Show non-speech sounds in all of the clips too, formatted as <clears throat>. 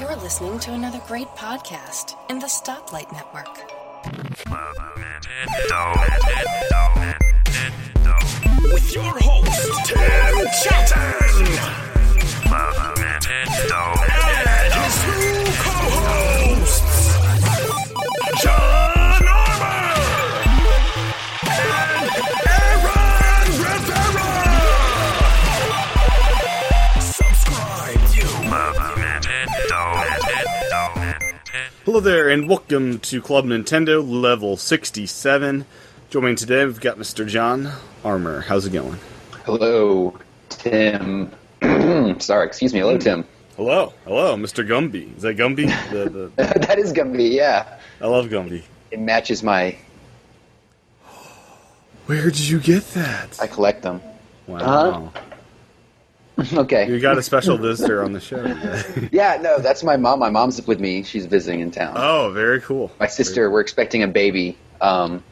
You're listening to another great podcast in the Stoplight Network. With your host, Tim Shelton, and his two co-hosts, John Armour and Aaron Rivera. Subscribe, you. Hello there, and welcome to Club Nintendo Level 67. Joining me today, we've got Mr. John Armour. How's it going? Hello, Tim. <clears throat> Sorry, excuse me. Hello, Hmm. Tim. <laughs> Hello, hello, Mr. Gumby. Is that Gumby? The- the- that is Gumby, yeah. I love Gumby. It matches my. Where did you get that? I uh, collect them. <laughs> Wow, you Okay. got a special visitor on the show. today. Yeah, no, that's my mom. My mom's with me. She's visiting in town. oh, very cool. my sister, we're expecting a baby. Um,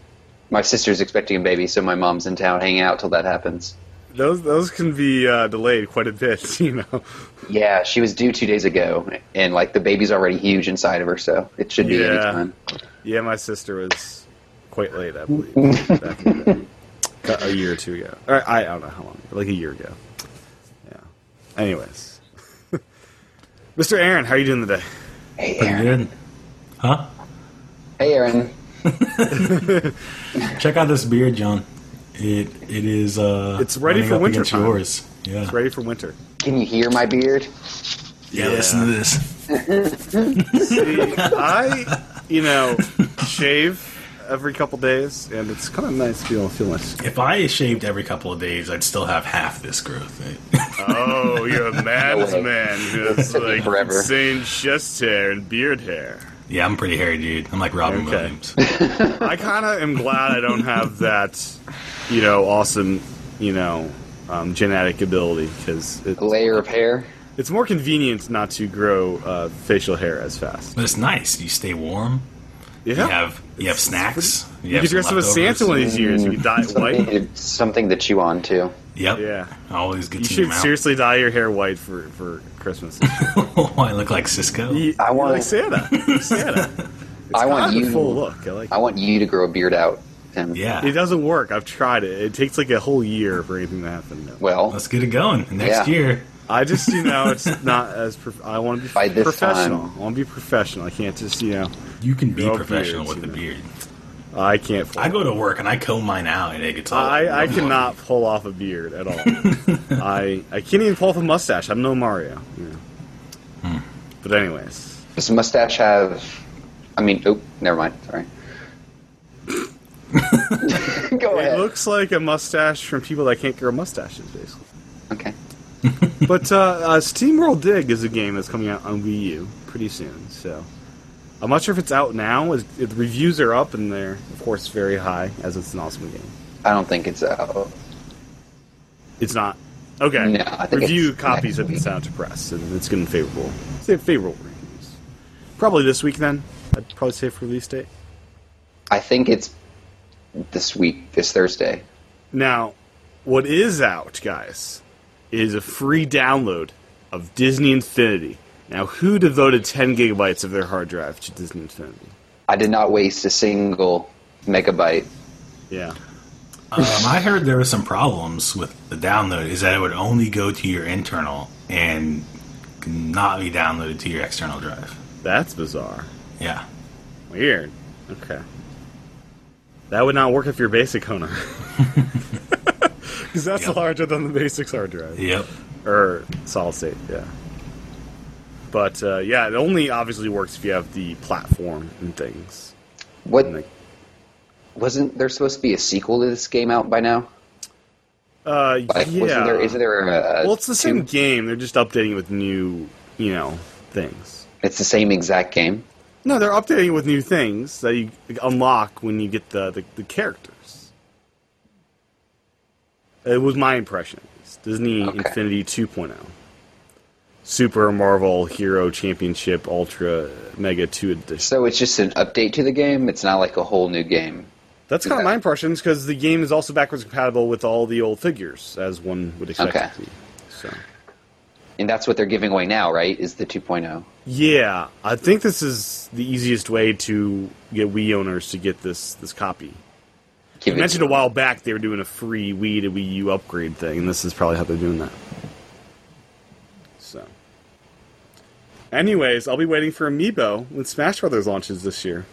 my sister's expecting a baby, so my mom's in town hanging out till that happens. Those those can be uh, delayed quite a bit, <laughs> you know. Yeah, she was due two days ago, and like the baby's already huge inside of her, so it should be Yeah. any time. Yeah, my sister was quite late, I believe, back in the day. a year or two ago. Or, I don't know how long, like a year ago. Yeah. Anyways, <laughs> Mr. Aaron, how are you doing today? Hey, Pretty Aaron. good. Huh? Hey, Aaron. Check out this beer, John. It it is uh It's ready running for up winter against time. yours. Yeah. Ready for winter? Can you hear my beard? yeah, Yeah. listen to this. I, you know, shave every couple days, and it's kind of nice to be able to feel my skin. If I shaved every couple of days, I'd still have half this growth. Oh, you're a madman who has Took me like, forever. insane chest hair and beard hair. <laughs> yeah, I'm pretty hairy, dude. I'm like Robin Okay. Williams. I kind of am glad I don't have that, you know, awesome, you know, um, genetic ability because it, A layer of hair? it's more convenient not to grow uh, facial hair as fast. But it's nice. You stay warm. Yeah, You have you have snacks. you you have could some dress up as Santa one of leftovers. these years. You could dye <laughs> it white. Something, something to chew on, too. Yep. Yeah. Always good You to your should mouth. seriously dye your hair white for for Christmas. <laughs> oh, I look like Cisco. You, I I wanna- want like Santa. <laughs> You're Santa. It's I want kind of you. a full look. I like. I It. want you to grow a beard out, Tim. Yeah. It doesn't work. I've tried it. It takes like a whole year for anything to happen. Well, Let's get it going. Next Yeah. year. I just, you know, it's not as. Prof- I want to be By this professional. time- I want to be professional. I can't just, you know, You can be Grow professional beards, with you the know. beard. I can't. Pull I go to work and I comb mine out and it gets all I, I cannot pull off a beard at all. I I can't even pull off a mustache. I'm no Mario. You know. But anyways, does the mustache have? I mean, oh, never mind. <laughs> Sorry. Go it ahead. looks like a mustache from people that can't grow mustaches, basically. okay. but uh, uh, Steam World Dig is a game that's coming out on Wii U pretty soon. So I'm not sure if it's out now. Is- The reviews are up, and they're of course very high, as it's an awesome game. I don't think it's uh, out. It's not. Okay. No, I think Review it's copies next have been week. sent out to press, and it's getting favorable. Say favorable reviews. Probably this week then. I'd probably say for release date. I think it's this week, this Thursday. Now, what is out, guys, is a free download of Disney Infinity. Now, who devoted 10 gigabytes of their hard drive to Disney Infinity? I did not waste a single megabyte. Yeah. <laughs> Um, I heard there were some problems with the download. Is that it would only go to your internal and not be downloaded to your external drive? That's bizarre. Yeah. Weird. Okay. That would not work if you're basic owner. <laughs> Because that's Yep. larger than the basics hard drive. Yep. or solid state, yeah. But uh, yeah, it only obviously works if you have the platform and things. And, What like, wasn't there supposed to be a sequel to this game out by now? uh, Like, yeah. wasn't there? Isn't there a? a well, it's the same two- game. They're just updating it with new, you know, things. It's the same exact game. No, they're updating it with new things that you unlock when you get the the, the characters. It was my impression. It's Disney Okay. Infinity 2.0. Super Marvel Hero Championship Ultra Mega 2 Edition. So it's just an update to the game. It's not like a whole new game. That's kind of Yeah. my impression, because the game is also backwards compatible with all the old figures, as one would expect Okay. it to be. So and that's what they're giving away now, right? Is the oh. 2.0? Yeah, I think this is the easiest way to get Wii owners to get this this copy. Give I it- mentioned a while back they were doing a free Wii to Wii U upgrade thing, and this is probably how they're doing that. So, anyways, I'll be waiting for Amiibo when Smash Brothers launches this year,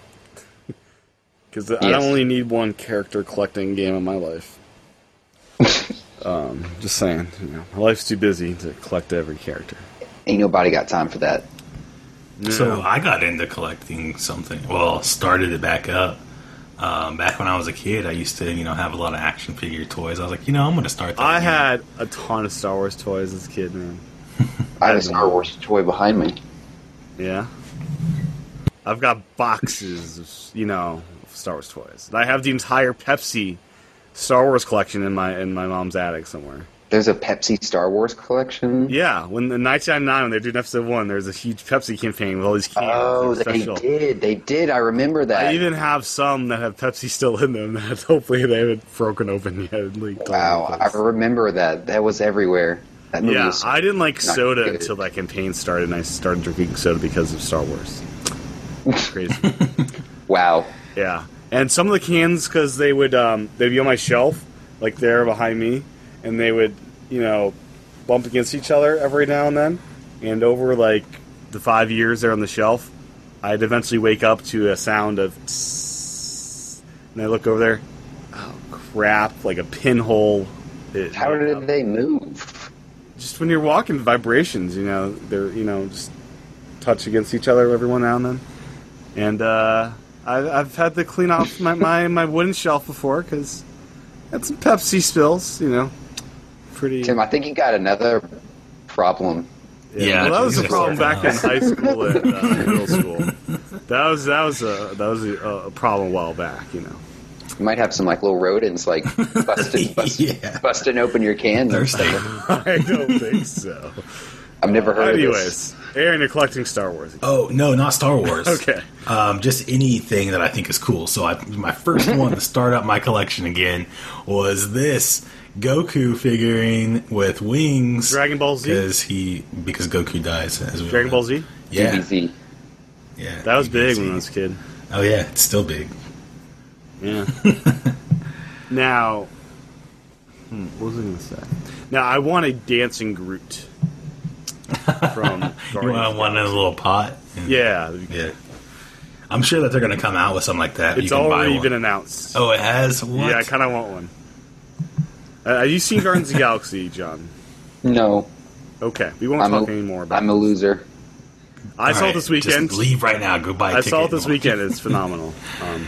<laughs> because I Yes. only need one character collecting game in my life. um, just saying, you know, my life's too busy to collect every character. Ain't nobody got time for that. So I got into collecting something. Well, started it back up. Um, back when I was a kid, I used to, you know, have a lot of action figure toys. I was like, you know, I'm going to start that. I again. had a ton of Star Wars toys as a kid, man. I have a Star Wars toy behind me. Yeah. I've got boxes, of, you know, of Star Wars toys. And I have the entire Pepsi Star Wars collection in my in my mom's attic somewhere. There's a Pepsi Star Wars collection. Yeah, when in 1999 when they were doing episode one, there was a huge Pepsi campaign with all these cans. Oh, They were they did. They did. I remember that. I even have some that have Pepsi still in them <laughs> that hopefully they haven't broken open yet and leaked. all over wow, the I place. remember that. That was everywhere. That movie Yeah, was so I didn't like not soda good. until that campaign started, and I started drinking soda because of Star Wars. Crazy. <laughs> Wow. Yeah, and some of the cans because they would um, they'd be on my shelf, like there behind me, and they would you know bump against each other every now and then, and over like the five years they're on the shelf, I'd eventually wake up to a sound of, tss, and I look over there, oh crap, like a pinhole. It- How did they move? Just when you're walking, vibrations, you know, they're you know just touch against each other every one now and then. And uh, I've, I've had to clean off my, my, <laughs> my wooden shelf before because had some Pepsi spills, you know. Pretty. Tim, I think you got anhanother problem. Yeah, well, that was I the think problem that's back in high school and uh, <laughs> middle school. That was that was a that was a, a problem a while back, you know. You might have some like little rodents like busting busting, Yeah. busting open your cans. and Thursday. <laughs> <laughs> stuff. I don't think so. I've never heard of this. Anyways, Aaron, you're collecting Star Wars. Oh no, not Star Wars. Okay. Um, just anything that I think is cool. So I, my first one to start up my collection again was this Goku figurine with wings. Dragon Ball Z? Because he because Goku dies. As we Dragon all Ball know. Z. Yeah, DBZ. yeah. That was big DBZ. when I was a kid. Oh yeah, it's still big. <laughs> Yeah. now, hmm, what was I going to say? Now, I want a dancing Groot <laughs> from Guardians. You want one in a little pot? And- Yeah, yeah. I'm sure that they're going to come out with something like that. it's you can buy already one. been announced. Oh, it has. What? yeah, I kind of want one. Uh, have you seen Guardians of the Galaxy, John? No, Okay, we won't I'm talk a, anymore about. I'm a loser. it. I saw it this weekend. Just leave right now. Go buy. I I saw it this <laughs> weekend. It's phenomenal. Um,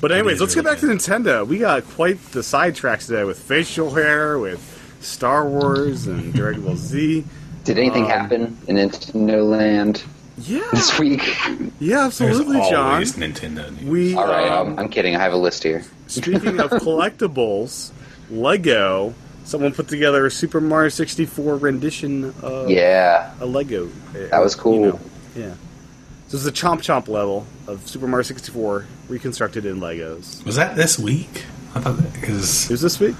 but anyways, is let's get really back to Nintendo. We got quite the sidetracks today with facial hair, with Star Wars and Dragon Ball Z. Did anything Um, happen in Nintendo Land Yeah, this week? yeah, There's absolutely, John. always Nintendo. News. We All right, um, um, I'm kidding. I have a list here. speaking <laughs> of collectibles, Lego. Someone put together a Super Mario 64 rendition of Yeah, a Lego. uh, that was cool. yeah. So it's a chomp chomp level of Super Mario 64 reconstructed in Legos. Was that this week? I thought that It because was this week.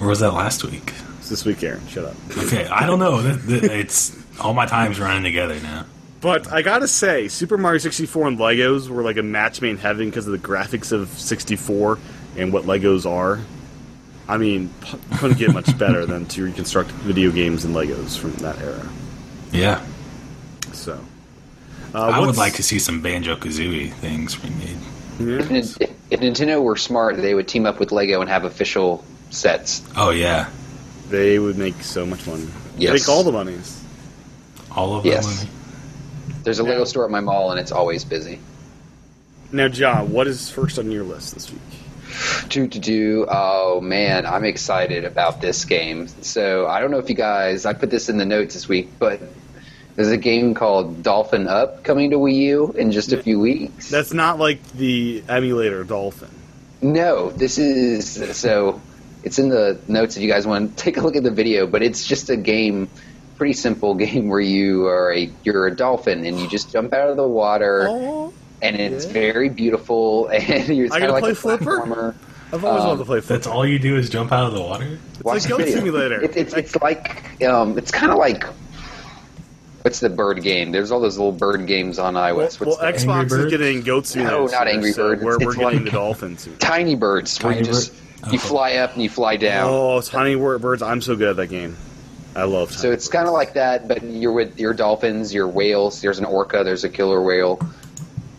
or was that last week? It's this week, Aaron. Shut up. Okay, I don't know. Th- th- it's all my time's running together now. But I gotta say, Super Mario 64 and Legos were like a match made in heaven because of the graphics of 64 and what Legos are. I mean, p- couldn't <laughs> get much better than to reconstruct video games and Legos from that era. Yeah, So, uh, I would what's- like to see some Banjo Kazooie things remade. Yeah. If, Nin- if Nintendo were smart, they would team up with Lego and have official sets. Oh yeah, They would make so much money. Yes. Make all the monies. all of Yes. them. There's a Lego store at my mall, and it's always busy. Now, John, what is first on your list this week? Do do do. Oh man, I'm excited about this game. So I don't know if you guys, I put this in the notes this week, but there's a game called Dolphin Up coming to Wii U in just a few weeks. That's not like the emulator Dolphin. No, this is so. It's in the notes if you guys want to take a look at the video. But it's just a game, pretty simple <laughs> game where you are a you're a dolphin and you just jump out of the water Oh, and it's very beautiful <laughs> and you're I kind of gotta like play a Flipper? platformer. I've always wanted to play That's football. all you do is jump out of the water. It's like Goat video. Simulator. It, it's it's like um, it's kind of like What's the bird game? There's all those little bird games on Well, iOS. What's well the X- Xbox Angry is Birds? getting Goatsu. No, next not year, Angry so Birds. We're, It's we're getting like- the dolphins. soon. Tiny birds where you Tiny just bird? you Okay. fly up and you fly down. Oh, tiny wor- birds! I'm so good at that game. I love. So it's kind of like that, but you're with your dolphins, your whales. There's an orca. There's a killer whale.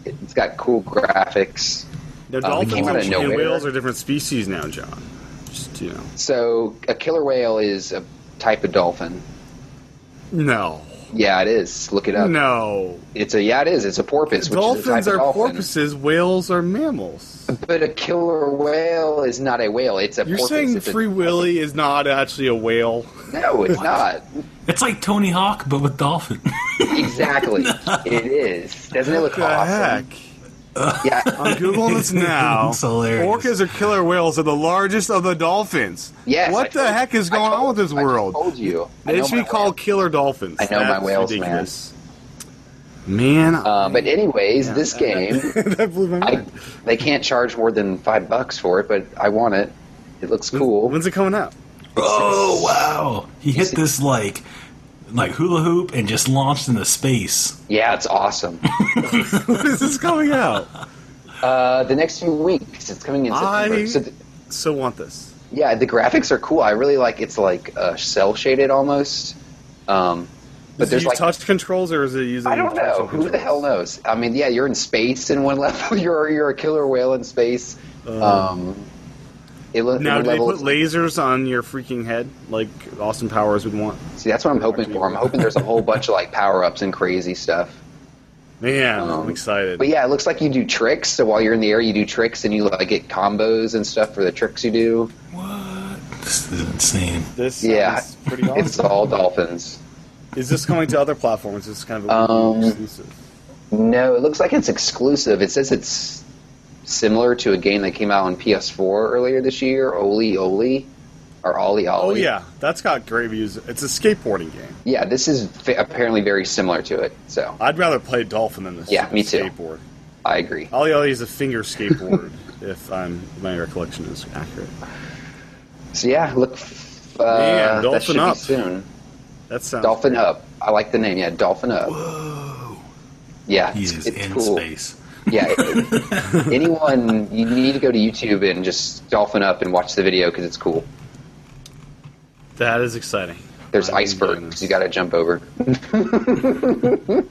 It's got cool graphics. now, uh, it dolphins came out of and nowhere. whales are different species now, John. Just you know, So a killer whale is a type of dolphin. no, Yeah, it is. Look it up. no. It's a yeah, it is. It's a porpoise, which is a type Dolphins of are dolphin. porpoises. Whales are mammals. But a killer whale is not a whale. It's a You're porpoise. saying It's a- Free Willy is not actually a whale? No, it's not. It's like Tony Hawk, but with dolphin. <laughs> Exactly. It is. Doesn't it look The awesome? heck! Yeah. <laughs> I'm googling this now. It's hilarious. Orcas or killer whales are the largest of the dolphins. <laughs> Yes. I What the told- heck is I going on told- with this I just world? told you. I They know should my be called killer dolphins. I know my That's whales, man. ridiculous. man. whale. Uh, but anyways, Yeah, this that- game, <laughs> that blew my I, mind. they can't charge more than five bucks for it, but I want it. It looks cool. When's it coming out? <laughs> oh wow! He hit this like like hula hoop and just launched into space. Yeah, it's awesome. <laughs> When is this coming out? Uh, the next few weeks, it's coming in September. I- So th- so want this. yeah, the graphics are cool. I really like. It's like uh, cell shaded almost. Um, but Does it there's use like touch controls or is it using? I don't know. touch Who the controls? hell knows? I mean, yeah, you're in space in one <laughs> level. You're you're a killer whale in space. Um, it lo- Uh, Now in do they level- put lasers on your freaking head like Austin Powers would want? See, that's what I'm hoping for. I'm hoping there's a whole bunch of like power ups and crazy stuff. Man, Um, I'm excited. But yeah, it looks like you do tricks. So while you're in the air, you do tricks and you like get combos and stuff for the tricks you do. What? This is insane. This Yeah, is pretty awesome. <laughs> it's all dolphins. Is this coming to other platforms? Is this kind of a Um, exclusive? No, it looks like it's exclusive. It says it's similar to a game that came out on PS4 earlier this year, Oli Oli, or Ollie Oh Ollie. yeah, that's got great views. It's a skateboarding game. Yeah, this is fa- apparently very similar to it. So I'd rather play dolphin than this. Yeah, me too. skateboard. I agree. Ollie Ollie is a finger skateboard, <laughs> if I'm my recollection is accurate. So yeah, look. f- Uh, Man, that Dolphin should Up. be soon. That sounds Dolphin Up. I like the name. Yeah, Dolphin Up. Whoa! Yeah, He it's, is it's in cool. space. Yeah. anyone, you need to go to YouTube and just Dolphin Up and watch the video because it's cool. That is exciting. There's I'm enjoying icebergs this. you got to jump over.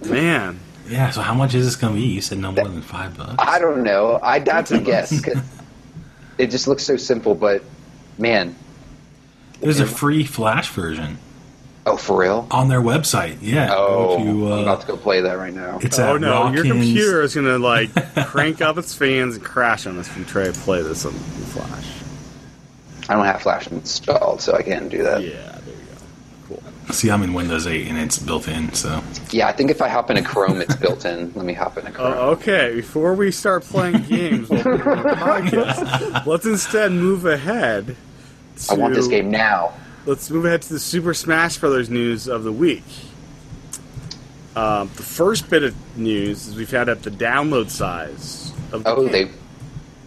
Man, Yeah. So how much is this gonna be? You said no more than five bucks. I don't know. I that's a guess. 'cause it just looks so simple, but man, There's a free Flash version oh for real? on their website. Yeah. Oh, If you, I'm uh, about to go play that right now. it's oh at no, your Rawkins- computer is gonna like crank up its fans and crash on us if you try to play this on Flash. I don't have Flash installed, so I can't do that. Yeah, Yeah, there you go. Cool. See, I'm in Windows 8 and it's built in, so I think if I hop into Chrome, it's built in. Let me hop into Chrome. Uh, okay, before we start playing games, while we're doing the podcast, let's instead move ahead. To, I want this game now. Let's move ahead to the Super Smash Brothers news of the week. Um, the first bit of news is we've had up the download size of the Oh, game. they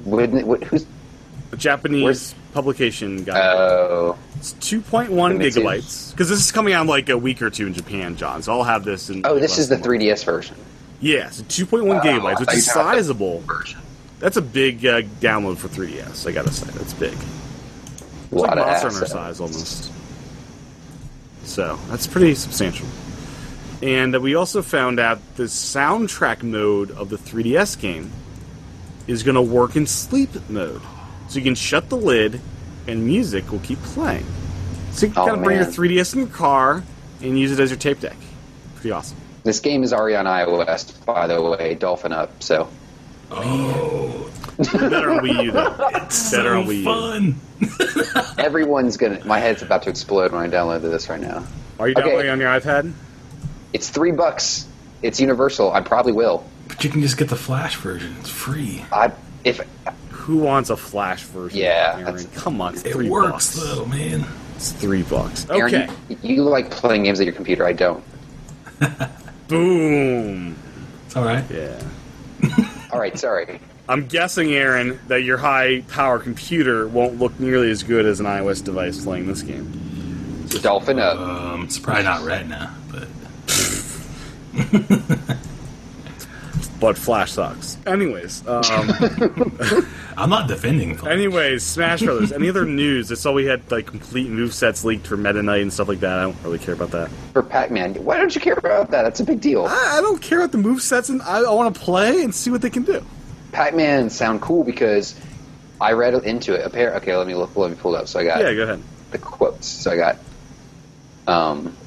wouldn't. It, would, who's? a Japanese where's- publication guy. Oh, It's 2.1 Let me see. gigabytes because this is coming out in like a week or two in Japan, John. So I'll have this in. oh, like, this less is the than a month. 3DS version. Yeah, so 2.1 Oh, I gigabytes, thought which you is were talking about the sizable. Version. That's a big uh, download for 3DS. I gotta say, that's big. It's A lot like of Monster Hunter assets. size almost. So that's pretty substantial. And uh, we also found out the soundtrack mode of the 3DS game is going to work in sleep mode, so you can shut the lid and music will keep playing. So you can Oh, kind of bring your man. 3DS in your car and use it as your tape deck. Pretty awesome. This game is already on iOS, by the way. Dolphin up. So Oh, Better on Wii U <laughs> though. It's better on So Wii U. fun. everyone's gonna. My head's about to explode when I download this right now. Are you Okay. downloading on your iPad? It's three bucks. It's universal. I probably will. But you can just get the Flash version. It's free. I if Who wants a flash version? Yeah, Aaron? that's- come on, it's It three works bucks. though, man. It's three bucks. Okay, Aaron, you, you like playing games at your computer. I don't. boom. It's all right. Yeah, All right, sorry. I'm guessing, Aaron, that your high power computer won't look nearly as good as an iOS device playing this game. Dolphin up. Um, it's probably not Retina, but But Flash sucks. Anyways, <laughs> um, I'm not defending. Flash. anyways, Smash Brothers. Any other news? That's all we had. Like complete move sets leaked for Meta Knight and stuff like that. I don't really care about that. for Pac-Man. Why don't you care about that? That's a big deal. I, I don't care about the move sets, and I, I want to play and see what they can do. Pac-Man sound cool because I read into it. Appar- okay, let me look. Let me pull it up. So I got Yeah, go ahead. the quotes. So I got. Um,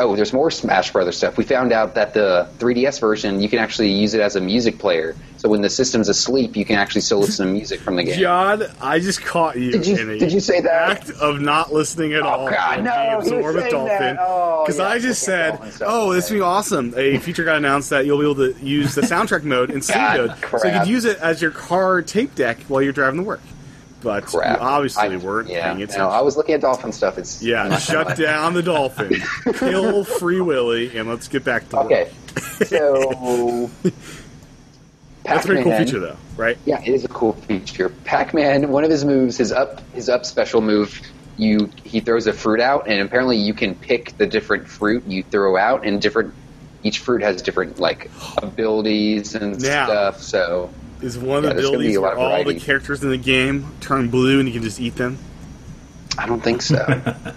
oh, there's more Smash Brothers stuff. We found out that the 3DS version you can actually use it as a music player. So when the system's asleep, you can actually still listen to music from the game. John, I just caught you. Did you- in a did you say that? Oh, Act of not listening at all. God, to no, Games he was War with saying Dolphin. that. Oh, yeah, I just okay, said, Dolphin stuff. oh, this would be awesome. A feature got announced that you'll be able to use the soundtrack mode <laughs> in God, Symbiote, so you crap. could use it as your car tape deck while you're driving to work. But Crap. you obviously I- weren't Yeah, paying no, attention. I was looking at Dolphin stuff. It's <laughs> yeah, shut down the Dolphin, kill Free Willy, and let's get back to <laughs> Okay, work. so That's a pretty cool Pac-Man- feature, though, right? Yeah, it is a cool feature. Pac-Man, one of his moves, his up, his up special move, you he throws a fruit out, and apparently you can pick the different fruit you throw out, and different each fruit has different like abilities and Now- stuff. So Is one of Yeah, the there's gonna be abilities a lot where of all the variety. characters in the game turn blue and you can just eat them? I don't think so.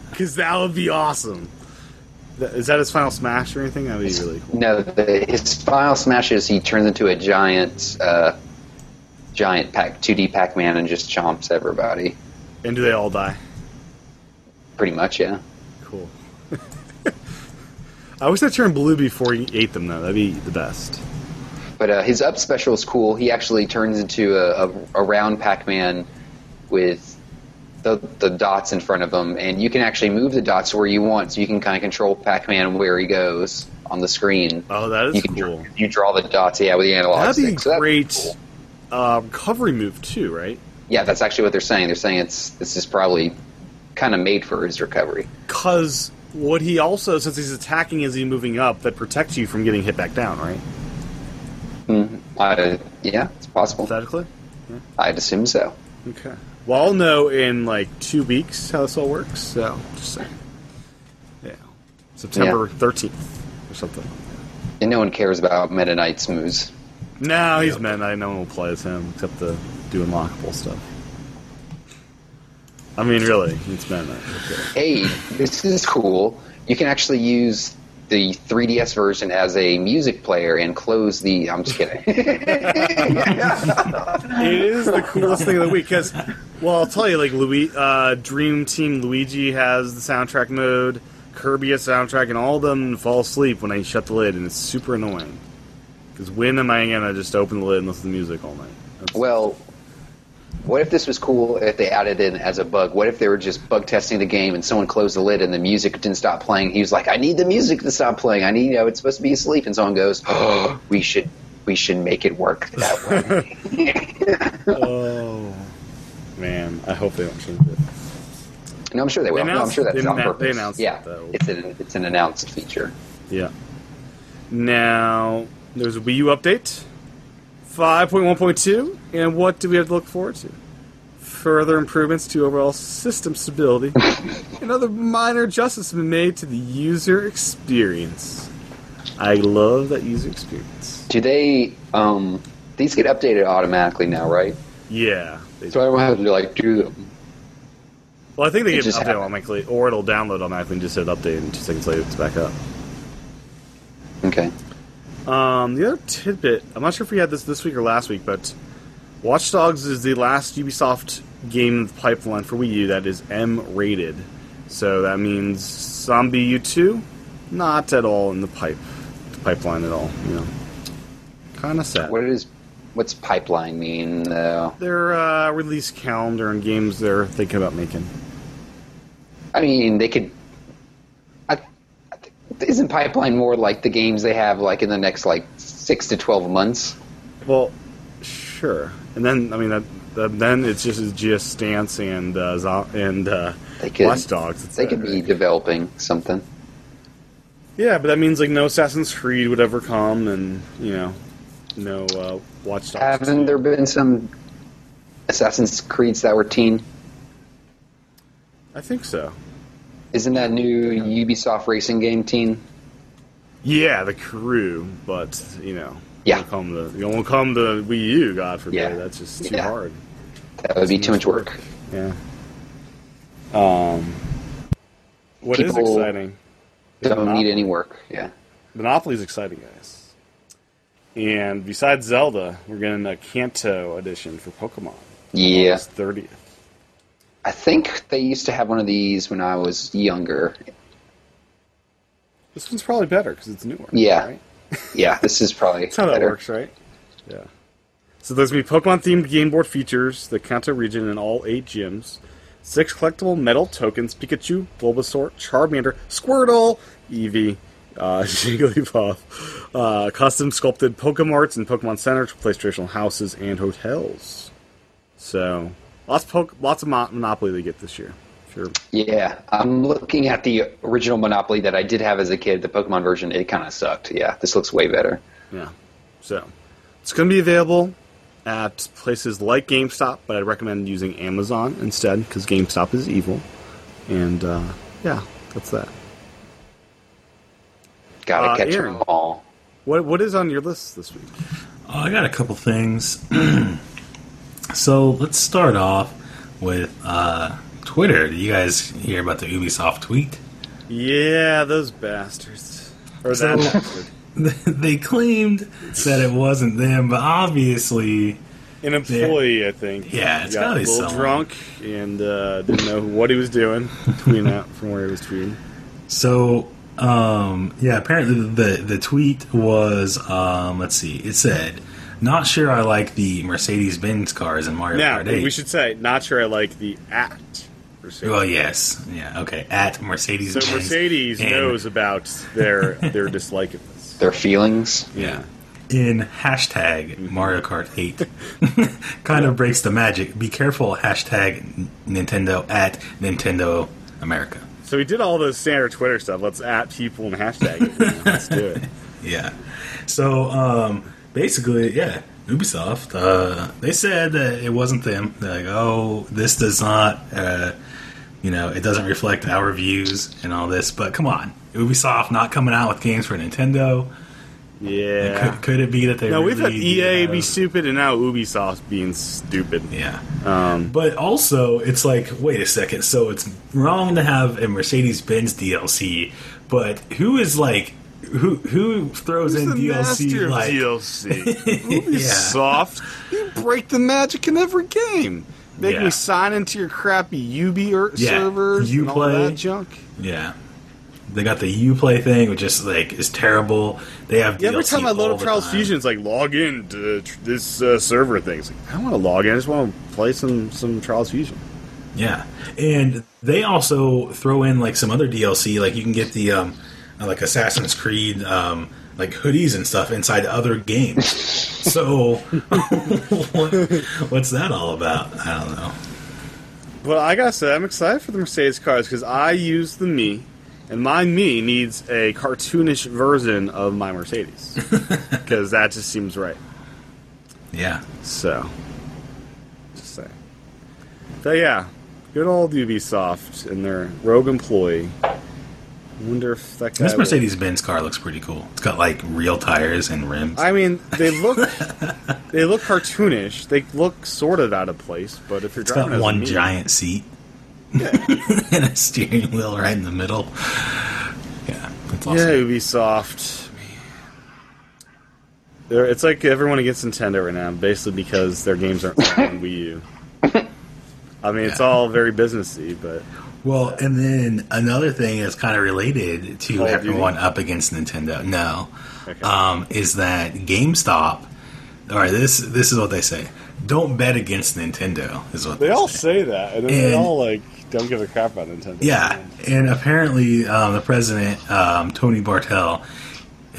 Because that would be awesome. Th- Is that his final smash or anything? That'd be really cool. no, the, his final smashes he turns into a giant, uh, giant pack, 2D Pac-Man, and just chomps everybody. And do they all die? Pretty much, yeah. Cool. <laughs> I wish I turned blue before he ate them, though. That'd be the best. But uh, his up special is cool. He actually turns into a, a, a round Pac-Man with the, the dots in front of him, and you can actually move the dots where you want, so you can kind of control Pac-Man where he goes on the screen. Oh, that is you can cool. Draw, you draw the dots, yeah, with the analog That'd be stick. So that's great cool. uh, recovery move, too, right? Yeah, that's actually what they're saying. They're saying it's this is probably kind of made for his recovery. Because what he also, since he's attacking as he's moving up, that protects you from getting hit back down, right? Uh, yeah, it's possible. Hypothetically? I'd assume so. Okay. Well, I'll know in like two weeks how this all works. So just saying. Yeah, September thirteenth or something. And no one cares about Meta Knight's moves. No, he's men. I no one will play as him except to do unlockable stuff. I mean, really, it's men. hey, this is cool. You can actually use the 3DS version as a music player and close the. I'm just kidding. It is the coolest thing of the week because, well, I'll tell you, like Louis, uh, Dream Team Luigi has the soundtrack mode, Kirby has soundtrack, and all of them fall asleep when I shut the lid, and it's super annoying. Because when am I gonna just open the lid and listen to music all night? That's- well, what if this was cool if they added in as a bug? What if they were just bug testing the game and someone closed the lid and the music didn't stop playing? He was like, I need the music to stop playing. I need, you know, it's supposed to be asleep. And someone goes, oh, we should. We should make it work that way. Oh man, I hope they don't change it. no, I'm sure they will. They no, I'm sure announced- that's they on annou- purpose. they announced yeah, that though. it's an it's an announced feature. Yeah. Now there's a Wii U update, five point one point two, and what do we have to look forward to? Further improvements to overall system <laughs> stability, and other minor adjustments have been made to the user experience. I love that user experience. Do they? Um, these get updated automatically now, right? Yeah. they- So I don't have to like do them. Well, I think they It get an just update happened. automatically, or it'll download automatically and just hit update, and two seconds later it's back up. Okay. Um, the other tidbit, I'm not sure if we had this this week or last week, but Watch Dogs is the last Ubisoft game in the pipeline for Wii U that is M rated. So that means Zombie U2, not at all in the pipe, the pipeline at all. You know, kind of sad. What is? What's pipeline mean though? Their uh, release calendar and games they're thinking about making. I mean, they could. I, I think, isn't pipeline more like the games they have like in the next like six to twelve months? Well, sure. And then I mean that. that- Then it's just it's just stance and uh, zo- and uh, They could- Watch Dogs. It's They that, could right? be developing something. Yeah, but that means like no Assassin's Creed would ever come, and you know, no uh, Watch Dogs. Haven't there been some Assassin's Creeds that were teen? I think so. Isn't that new Ubisoft racing game teen? Yeah, the crew, but you know, Yeah. you won't call 'em the you won't call 'em the Wii U. God forbid, Yeah. that's just too Yeah. hard. That would be too much work. Yeah. Um, what is People exciting? is Don't Monopoly. need any work. Yeah. Monopoly's exciting, guys. And besides Zelda, we're getting a Kanto edition for Pokemon. Yeah. August 30th. I think they used to have one of these when I was younger. This one's probably better because it's newer. Yeah. Right? <laughs> Yeah, this is probably That's how that better. works, right? Yeah. So there's going to be Pokemon themed game board features, the Kanto region, and all eight gyms. Six collectible metal tokens Pikachu, Bulbasaur, Charmander, Squirtle, Eevee, uh, <laughs> Jigglypuff. Uh, custom sculpted Pokemarts and Pokemon Center to replace traditional houses and hotels. So lots of, poke- lots of mon- Monopoly they get this year. If you're Yeah, I'm looking at the original Monopoly that I did have as a kid, the Pokemon version. It kind of sucked. Yeah, this looks way better. Yeah. So it's going to be available at places like GameStop, but I'd recommend using Amazon instead because GameStop is evil. And uh, yeah, that's that. Gotta Uh, catch Aaron. them all. What What is on your list this week? Oh, I got a couple things. <clears throat> so let's start off with uh, Twitter. Did you guys hear about the Ubisoft tweet? <laughs> Yeah, those bastards. Or So- that bastard. they claimed that it wasn't them, but obviously, An employee, I think. Yeah, it's got gotta a be little someone. drunk and uh, didn't know what he was doing, tweeting out from where he was tweeting. So, um, yeah, apparently the the tweet was um, let's see, it said, "Not sure I like the Mercedes Benz cars in Mario Now, Kart 8." we should say, not sure I like the act. per se. Well, yes, yeah, okay. At Mercedes, So Mercedes in- knows about their <laughs> their dislike of this. Their feelings. yeah. In hashtag Mario Kart <laughs> 8 kind of breaks the magic. Be careful, hashtag Nintendo at Nintendo America. So we did all the standard Twitter stuff. Let's at people and hashtag <laughs> it. Let's do it. Yeah. So um, basically, yeah, Ubisoft. Uh, they said that it wasn't them. They're like, oh, this does not, uh, you know, it doesn't reflect our views and all this. But come on, Ubisoft not coming out with games for Nintendo. Yeah. Could, could it be that they? No, we've had really EA have- be stupid and now Ubisoft being stupid. Yeah. Um, but also, it's like, wait a second. So it's wrong to have a Mercedes Benz DLC, but who is like, who who throws Who's in the master DLC of like? DLC? <laughs> Ubisoft, you break the magic in every game. Make Yeah. me sign into your crappy Ubi er- Yeah. servers You and all play- that junk. Yeah. They got the Uplay thing, which is like is terrible. They have Yeah, every DLC time I load all up the Trials time. Fusion, it's like log in to tr- this uh, server thing. It's like I don't want to log in. I just want to play some some Trials Fusion. Yeah, and they also throw in like some other DLC. Like you can get the um, uh, like Assassin's Creed um, like hoodies and stuff inside other <laughs> games. so what, what's that all about? I don't know. But I gotta say, I'm excited for the Mercedes cars because I use the me, and my me needs a cartoonish version of my <laughs> Mercedes because that just seems right. Yeah, So, just say. So yeah, good old Ubisoft and their rogue employee. I wonder if that guy. this will- Mercedes Benz car looks pretty cool. It's got like real tires and rims. I mean, they look they look cartoonish. They look sort of out of place, but if you're It's driving got as a one me- giant seat <laughs> and a steering wheel right in the middle. Yeah, that's awesome. Yeah, Ubisoft. Man. They're, it's like everyone against Nintendo right now, basically because their games aren't on Wii U. I mean, it's Yeah. all very businessy, but Well, and then another thing that's kind of related to Call of Duty? everyone up against Nintendo, no, Okay. um, is that GameStop. All right, this this is what they say: don't bet against Nintendo. Is what they all say that, and then they And- all like don't give a crap about Nintendo. Yeah, and apparently um, the president, um, Tony Bartel,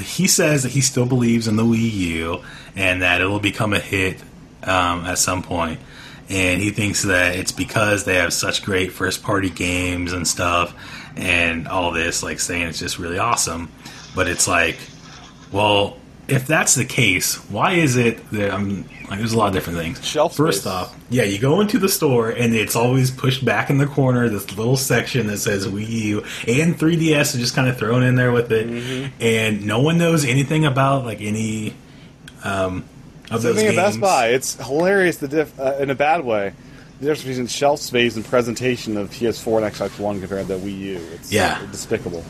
he says that he still believes in the Wii U and that it will become a hit um, at some point. And he thinks that it's because they have such great first party games and stuff and all this, like saying it's just really awesome. But it's like, well, if that's the case, why is it that I'm like there's a lot of different things. Shelf First space. off, yeah, you go into the store and it's always pushed back in the corner, this little section that says Wii U and 3DS are just kind of thrown in there with it, Mm-hmm. and no one knows anything about like any um, of The those thing at games. Best Buy, it's hilarious the diff, uh, in a bad way. The difference between shelf space and presentation of PS4 and Xbox One compared to Wii U. It's Yeah. despicable.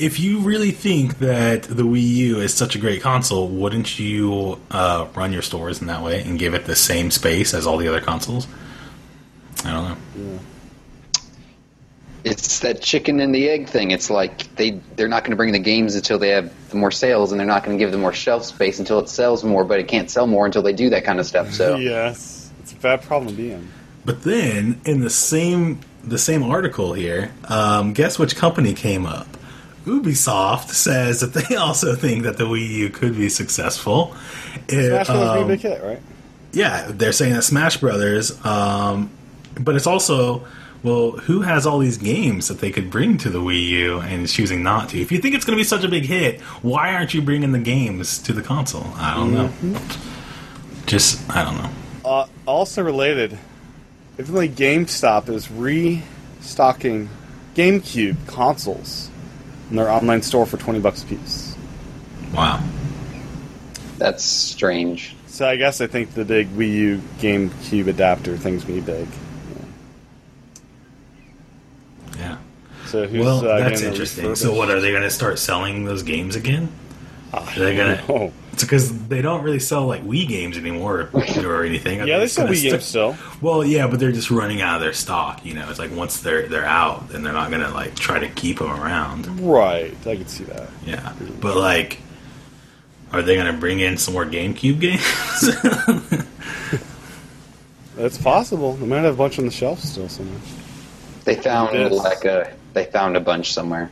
If you really think that the Wii U is such a great console, wouldn't you uh, run your stores in that way and give it the same space as all the other consoles? I don't know. it's that chicken and the egg thing. It's like they they're not going to bring the games until they have more sales, and they're not going to give them more shelf space until it sells more. But it can't sell more until they do that kind of <laughs> stuff. So Yes, it's a bad problem to be in. But then in the same the same article here, um, guess which company came up? Ubisoft says that they <laughs> also think that the Wii U could be successful. It, Smash Bros. um, pretty big hit, right? yeah, they're saying that Smash Brothers, um, but it's also well, who has all these games that they could bring to the Wii U and is choosing not to? If you think it's going to be such a big hit, why aren't you bringing the games to the console? I don't know. Mm-hmm. Just I don't know. Uh, also related, evidently GameStop is restocking GameCube consoles in their online store for twenty bucks a piece. Wow. that's strange. So I guess I think the big Wii U GameCube adapter thing's gonna be big. Yeah. So who's Well, uh, that's getting the interesting. So, refurbished? what <laughs> are they going to start selling those games again? Are they going to? no. It's because they don't really sell like Wii games anymore or anything. Are Yeah, they just sell gonna Wii games stick- still. Well, yeah, but they're just running out of their stock. You know, it's like once they're they're out, then they're not going to like try to keep them around. Right, I could see that. Yeah, but like, are they going to bring in some more GameCube <laughs> games? It's possible. They might have a bunch on the shelf still somewhere. They found Yes. like a they found a bunch somewhere.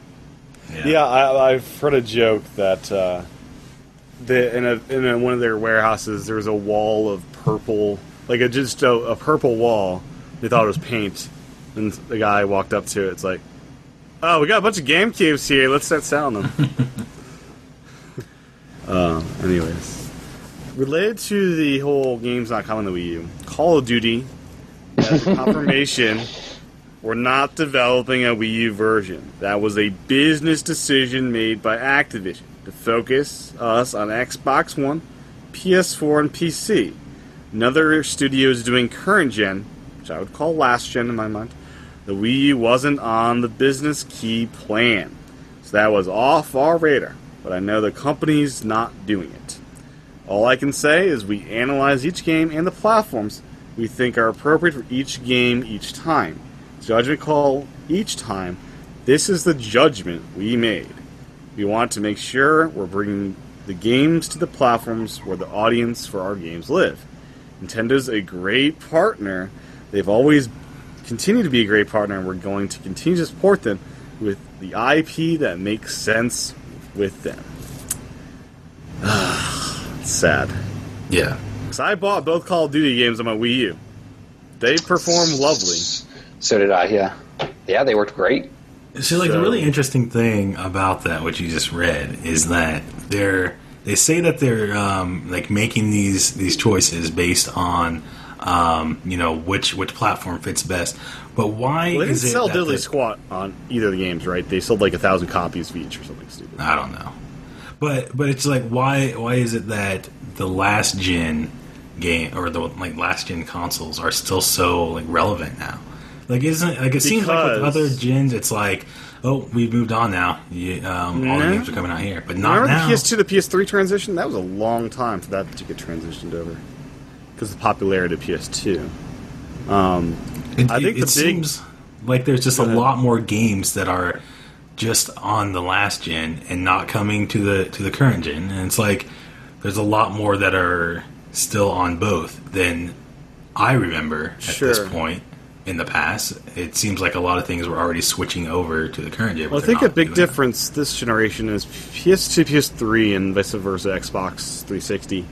Yeah, I, I've heard a joke that uh, the, in a, in a, one of their warehouses there was a wall of purple, like a, just a, a purple wall. They thought it was paint, and the guy walked up to it. It's like, oh, we got a bunch of Game Cubes here. Let's start selling them. uh, anyways, related to the whole games not coming to Wii U, Call of Duty has a confirmation. We're not developing a Wii U version. That was a business decision made by Activision to focus us on Xbox One, PS4, and PC. Another studio is doing current gen, which I would call last gen in my mind. The Wii U wasn't on the business key plan. So that was off our radar, but I know the company's not doing it. All I can say is we analyze each game and the platforms we think are appropriate for each game each time. Judgment call each time. This is the judgment we made. We want to make sure we're bringing the games to the platforms where the audience for our games live. Nintendo's a great partner. They've always continued to be a great partner, and we're going to continue to support them with the IP that makes sense with them. sad. yeah. Because I bought both Call of Duty games on my Wii U. They perform lovely. So did I. Yeah, yeah, they worked great. So, like, the So- really interesting thing about that, what you just read, is that they're they say that they're um, like making these these choices based on um, you know which which platform fits best. But why Well, they is didn't it sell that Diddly the- Squat on either of the games, right? They sold like a thousand copies of each or something stupid. I don't know. But but it's like why why is it that the last gen game or the like last gen consoles are still so like relevant now? Like isn't like it seems like with Because- other gens it's like oh we've moved on now. You, um, All the No. games are coming out here, but not Remember now. the PS2 to PS3 transition? That was a long time for that to get transitioned over because the popularity of PS2. It, I it- think it the big- seems like there's just a ahead. lot more games that are just on the last gen and not coming to the to the current gen, and it's like there's a lot more that are still on both than I remember at Sure. this point in the past. It seems like a lot of things were already switching over to the current gen. but Well, they're I think a not big doing that. difference this generation is PS2, PS3, and vice versa, Xbox 360.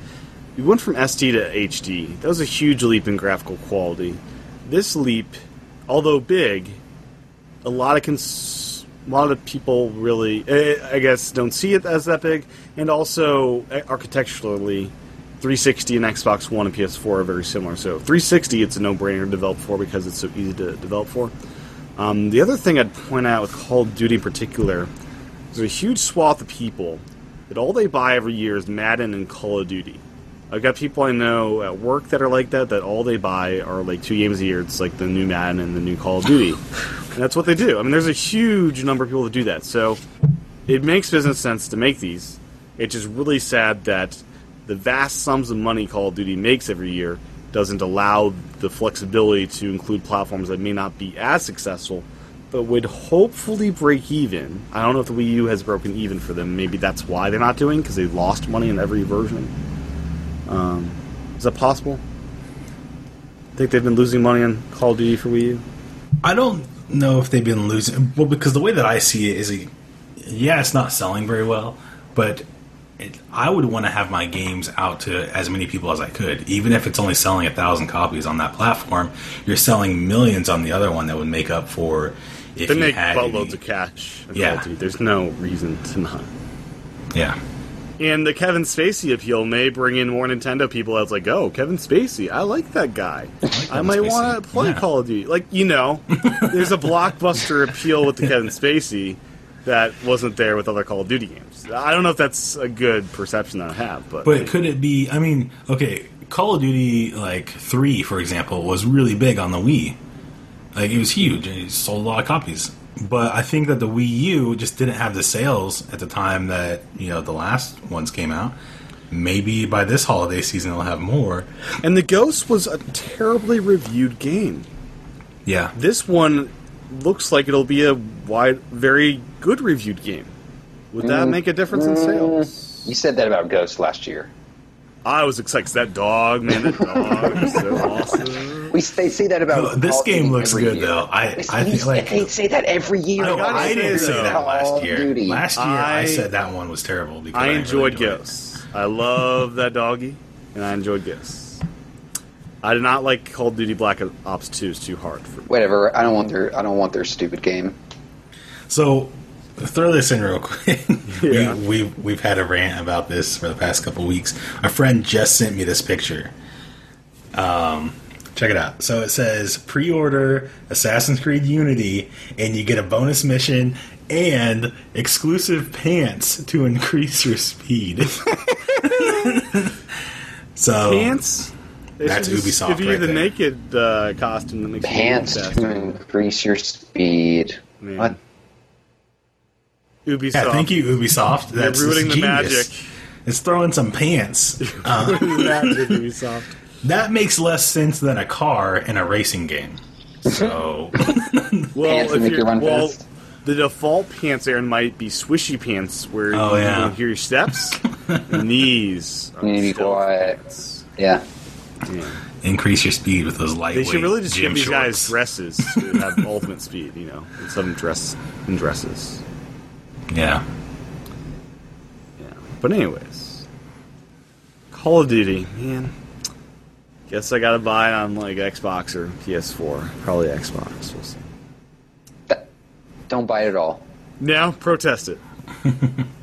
We went from SD to HD. That was a huge leap in graphical quality. This leap, although big, a lot of cons- a lot of people really, eh, I guess, don't see it as that big. And also, eh, architecturally, 360 and Xbox One and PS4 are very similar. So 360, it's a no-brainer to develop for because it's so easy to develop for. Um, the other thing I'd point out with Call of Duty in particular, there's a huge swath of people that all they buy every year is Madden and Call of Duty. I've got people I know at work that are like that, that all they buy are like two games a year. It's like the new Madden and the new Call of Duty. and that's what they do. I mean, there's a huge number of people that do that. So it makes business sense to make these. It's just really sad that the vast sums of money Call of Duty makes every year doesn't allow the flexibility to include platforms that may not be as successful, but would hopefully break even. I don't know if the Wii U has broken even for them. Maybe that's why they're not doing because they lost money in every version. Um, is that possible? I think they've been losing money on Call of Duty for Wii U. I don't know if they've been losing. Well, because the way that I see it is, it- yeah, it's not selling very well, but it, I would want to have my games out to as many people as I could, even if it's only selling a thousand copies on that platform. You're selling millions on the other one that would make up for. If They you make had buttloads any- of cash. in Yeah. Call of Duty. There's no reason to not. Yeah, And the Kevin Spacey appeal may bring in more Nintendo people that's like, oh, Kevin Spacey, I like that guy. I might Spacey. want to play Yeah. Call of Duty. Like, you <laughs> know, there's a blockbuster appeal with the Kevin Spacey that wasn't there with other Call of Duty games. I don't know if that's a good perception that I have, but, But could it be? I mean, okay, Call of Duty like three, for example, was really big on the Wii. Like it was huge, and it sold a lot of copies. But I think that the Wii U just didn't have the sales at the time that you know the last ones came out. Maybe by this holiday season, they'll have more. And The Ghost was a terribly reviewed game. Yeah, This one looks like it'll be a wide, very good reviewed game. Would that make a difference in sales? You said that about Ghost last year. I was excited 'cause that dog, man, that dog <laughs> is so awesome. We they say that about No, this Call of game Duty looks every good year. though. I I You- think like they say that every year. no, gotta I say, didn't say though, that Call last of year. Duty. Last year I, I- said that one was terrible because I didn't really enjoyed enjoy it. Ghosts. I love that doggy, and I enjoyed Ghosts. I did not like Call of Duty Black Ops 2 is too hard for me. Whatever. I don't want their. I don't want their stupid game. So throw this in real <laughs> quick. Yeah. we, we've we've had a rant about this for the past couple weeks. A friend just sent me this picture. Um, check it out. So it says pre-order Assassin's Creed Unity, and you get a bonus mission and exclusive pants to increase your speed. <laughs> so Pants? They That's should just Ubisoft Give you right the there. naked uh, costume that makes you Pants move to faster. increase your speed. Man. What? Ubisoft. yeah, thank <laughs> you Ubisoft. That's You're ruining it's the genius. magic. It's throwing some <laughs> pants. Uh, Ruining <laughs> the magic, Ubisoft. That makes less sense than a car in a racing game. <laughs> So Well, Pants that if make you you're, run well, fast. the default pants, Aaron, might be swishy pants where Oh, you yeah. don't hear your <laughs> steps. and these are Need to be stealth quiet. pants. Yeah. increase your speed with those They lightweight. should really just gym give these guys shorts. dresses <laughs> to have ultimate speed, you know, instead of dress in dresses. Yeah, Yeah. But anyways, Call of Duty, man. Guess I gotta buy it on like Xbox or PS4. Probably Xbox. We'll see. That- don't buy it at all. Now protest <laughs> it.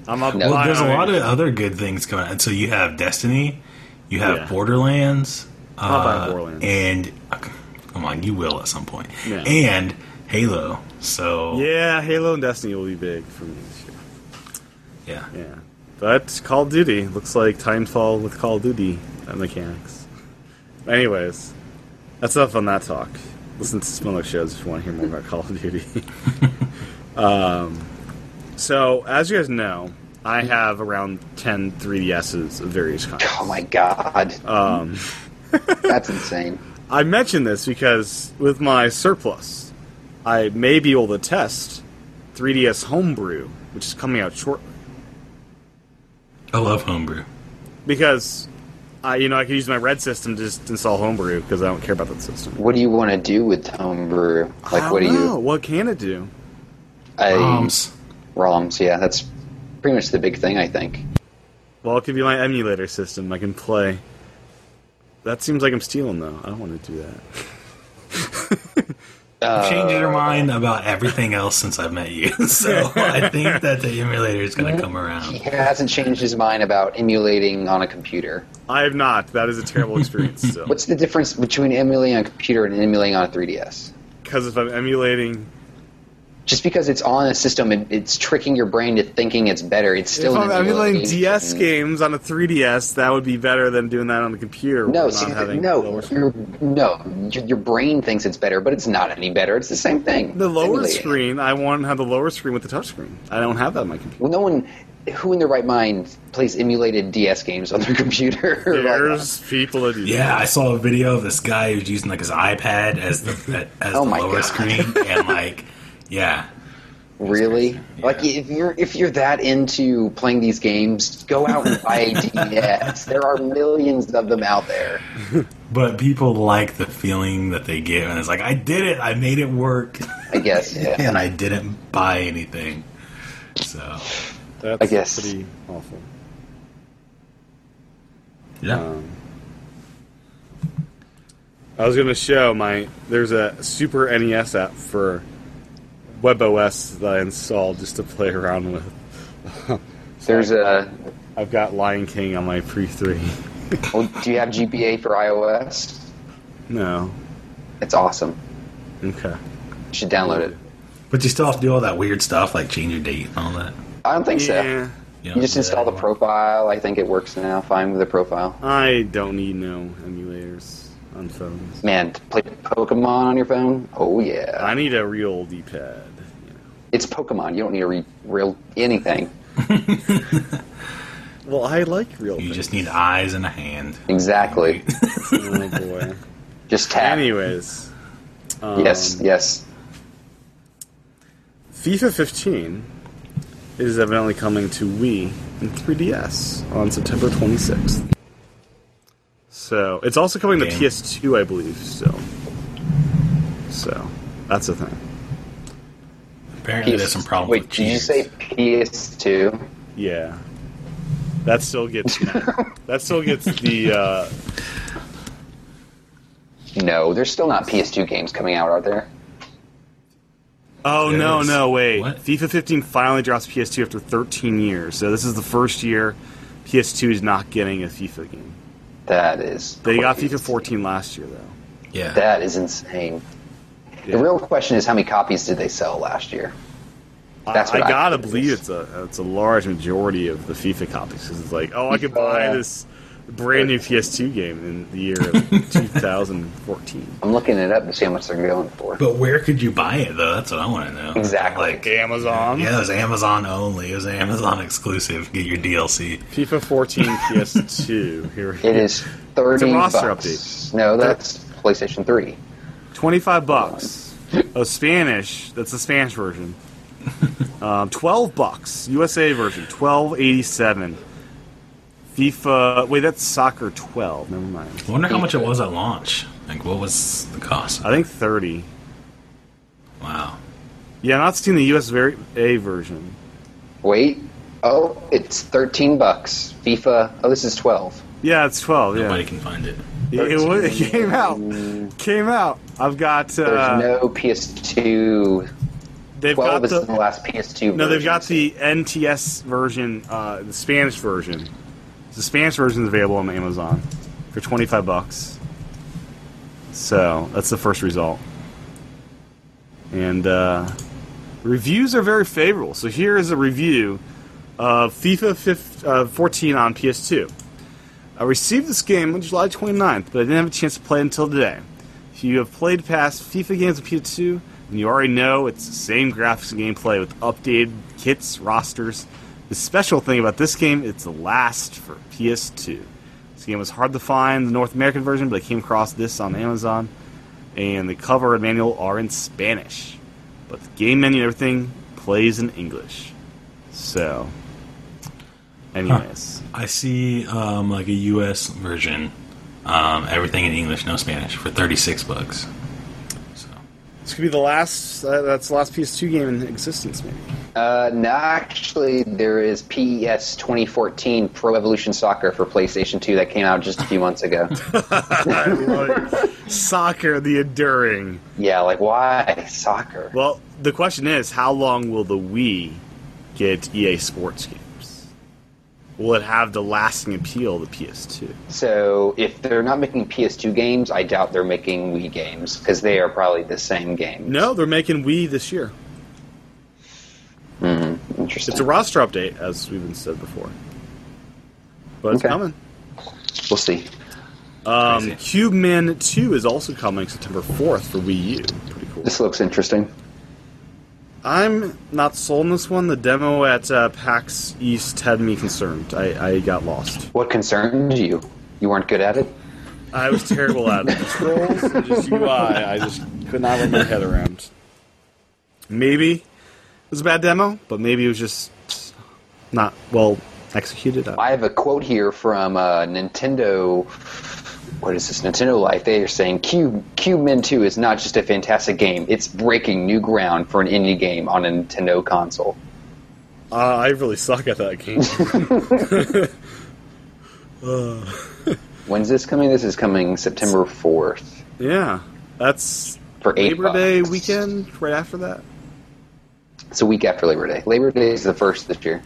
I'm up. No. there's a lot of other good things coming out. So you have Destiny, you have Yeah. Borderlands, I'll buy uh, Borderlands. and come on, you will at some point, Yeah. and Halo. So Yeah, Halo and Destiny will be big for me this year. yeah. Yeah. But Call of Duty looks like Timefall with Call of Duty uh, mechanics. Anyways, that's enough on that talk. Listen to some other shows if you want to hear more about Call of Duty. um, so, as you guys know, I have around 10 3DSs of various kinds. Oh my god. Um. <laughs> That's insane. I mention this because with my surplus, I may be able to test 3DS Homebrew, which is coming out shortly. I love homebrew. because I, you know, I could use my red system to just install Homebrew because I don't care about that system. What do you want to do with homebrew? Like, I what do don't know. you? What can it do? I, Bombs. ROMs. Yeah, that's pretty much the big thing. I think. Well, it could be my emulator system. I can play. That seems like I'm stealing though. I don't want to do that. I've Um, changed your mind about everything else since I've met you. <laughs> so I think that the emulator is going to come <laughs> He around. hasn't changed his mind about emulating on a computer. I have not. That is a terrible <laughs> experience still. What's the difference between emulating on a computer and emulating on a 3DS? Because if I'm emulating, Just because it's on a system and it's tricking your brain to thinking it's better, it's if still I'm an emulating emulation. DS games on a 3DS, that would be better than doing that on the computer. No, where see, not having no, lower- your, no. Your, your brain thinks it's better, but it's not any better. It's the same thing. The lower Emulating. screen, I want to have the lower screen with the touch screen. I don't have that on my computer. Well, no one, who in their right mind plays emulated DS games on their <laughs> computer? Like, There's people that do Yeah, I saw a video of this guy who's using like his iPad as <laughs> the as Oh the my lower God. screen, and like, yeah, Really? Yeah. Like if you're if you're that into playing these games, go out and buy a <laughs> DS. There are millions of them out there. But people like the feeling that they get, and it's like, I did it, I made it <laughs> work, I guess. Yeah. and I didn't buy anything. So, That's I guess. pretty awful. yeah. Um, I was going to show my. There's a Super NES app for WebOS that I installed just to play around with. There's a. I've got Lion King on my pre 3. Well, do you have GPA for iOS? <laughs> No. It's awesome. Okay. You should download it. but you still have to do all that weird stuff, like change your date and all that. I don't think so. Yeah. You, You just install the profile. I think it works now fine with the profile. I don't need no emulators on phones. Man, to play Pokemon on your phone? Oh yeah. I need a real D pad. It's Pokemon. You don't need to re- real anything. Well, I like real You things. just need eyes and a hand. Exactly. oh, <laughs> boy. Just tap. Anyways. Um, Yes, yes. FIFA 15 is evidently coming to Wii and 3DS on September 26th. So it's also coming to Game. PS2, I believe. So, so that's the thing. Apparently, there's some problems. Wait, with did you cheaters. say PS2? Yeah, that still gets that still gets the uh, No, there's still not PS2 games coming out, are there? Oh There no, is. no, wait. What? FIFA 15 finally drops PS2 after 13 years. So this is the first year PS2 is not getting a FIFA game. That is. They got crazy. FIFA 14 last year though. Yeah, That is insane. Yeah. The real question is how many copies did they sell last year? That's I, what I I gotta think it believe is. it's a it's a large majority of the FIFA copies because it's like, oh, I could buy Yeah. this brand new PS2 game in the year of 2014. I'm looking it up to see how much they're going for. but where could you buy it though? That's what I want to know. Exactly. Like, Amazon, yeah, it was Amazon only. It was an Amazon exclusive. Get your DLC. FIFA 14, PS2. Here, It is 30 roster bucks. update. No, that's PlayStation 3. 25 bucks. Oh, Spanish. That's the Spanish version. Um, 12 bucks. USA version. 12.87. FIFA. Wait, that's soccer 12. Never mind. I wonder how much it was at launch. Like, what was the cost? I think 30. Wow. Yeah, not seen the US ver- A version. Wait. Oh, it's 13 bucks. FIFA. Oh, this is 12. Yeah, it's 12. Yeah, Nobody it, can find it. wa- <laughs> it came out. Came out. I've got. There's Uh, no PS2. they've 12 got is the, the. last PS2. No, they've version. got the NTS version, uh, the Spanish version. The Spanish version is available on Amazon for twenty five bucks. So that's the first result, and uh, reviews are very favorable. So here is a review of FIFA 15, uh, 14 on PS2. I received this game on July 29th, but I didn't have a chance to play until today. If you have played past FIFA games on PS2, then you already know it's the same graphics and gameplay with updated kits, rosters. The special thing about this game, it's the last for PS2. This game was hard to find the North American version, but I came across this on Amazon, and the cover and manual are in Spanish. But the game menu and everything plays in English. So, anyways. I see um, like a U.S. version, um, everything in English, no Spanish, for thirty six bucks. So This could be the last. Uh, that's the last PS2 game in existence, maybe. Uh, no, actually, there is E PES <laughs> 2014 Pro Evolution Soccer for PlayStation 2 that came out just a few months ago. Soccer the Enduring. Yeah, like why soccer? Well, the question is, how long will the Wii get EA Sports games? Will it have the lasting appeal of the PS2? So if they're not making PS2 games, I doubt they're making Wii games because they are probably the same game. No, they're making Wii this year. interesting. It's a roster update, as we've been said before. But it's Okay. coming. we'll see. Um, Crazy. Cube Man 2 is also coming September 4th for Wii U. Pretty cool. This looks interesting. I'm not sold on this one. The demo at uh, PAX East had me concerned. I, I got lost. What concerned you? You weren't good at it. I was terrible at <laughs> it. The scrolls and just UI. I just could not wrap my head around. Maybe it was a bad demo, but maybe it was just not well executed. I have a quote here from uh, Nintendo. What is this? Nintendo Life. They are saying Cube Cube Men 2 is not just a fantastic game; it's breaking new ground for an indie game on a Nintendo console. Uh, I really suck at that <laughs> game. When's this coming? This is coming September fourth yeah, that's for eight Labor Day bucks. weekend. Right after that. It's a week after Labor Day. Labor Day is the first this year.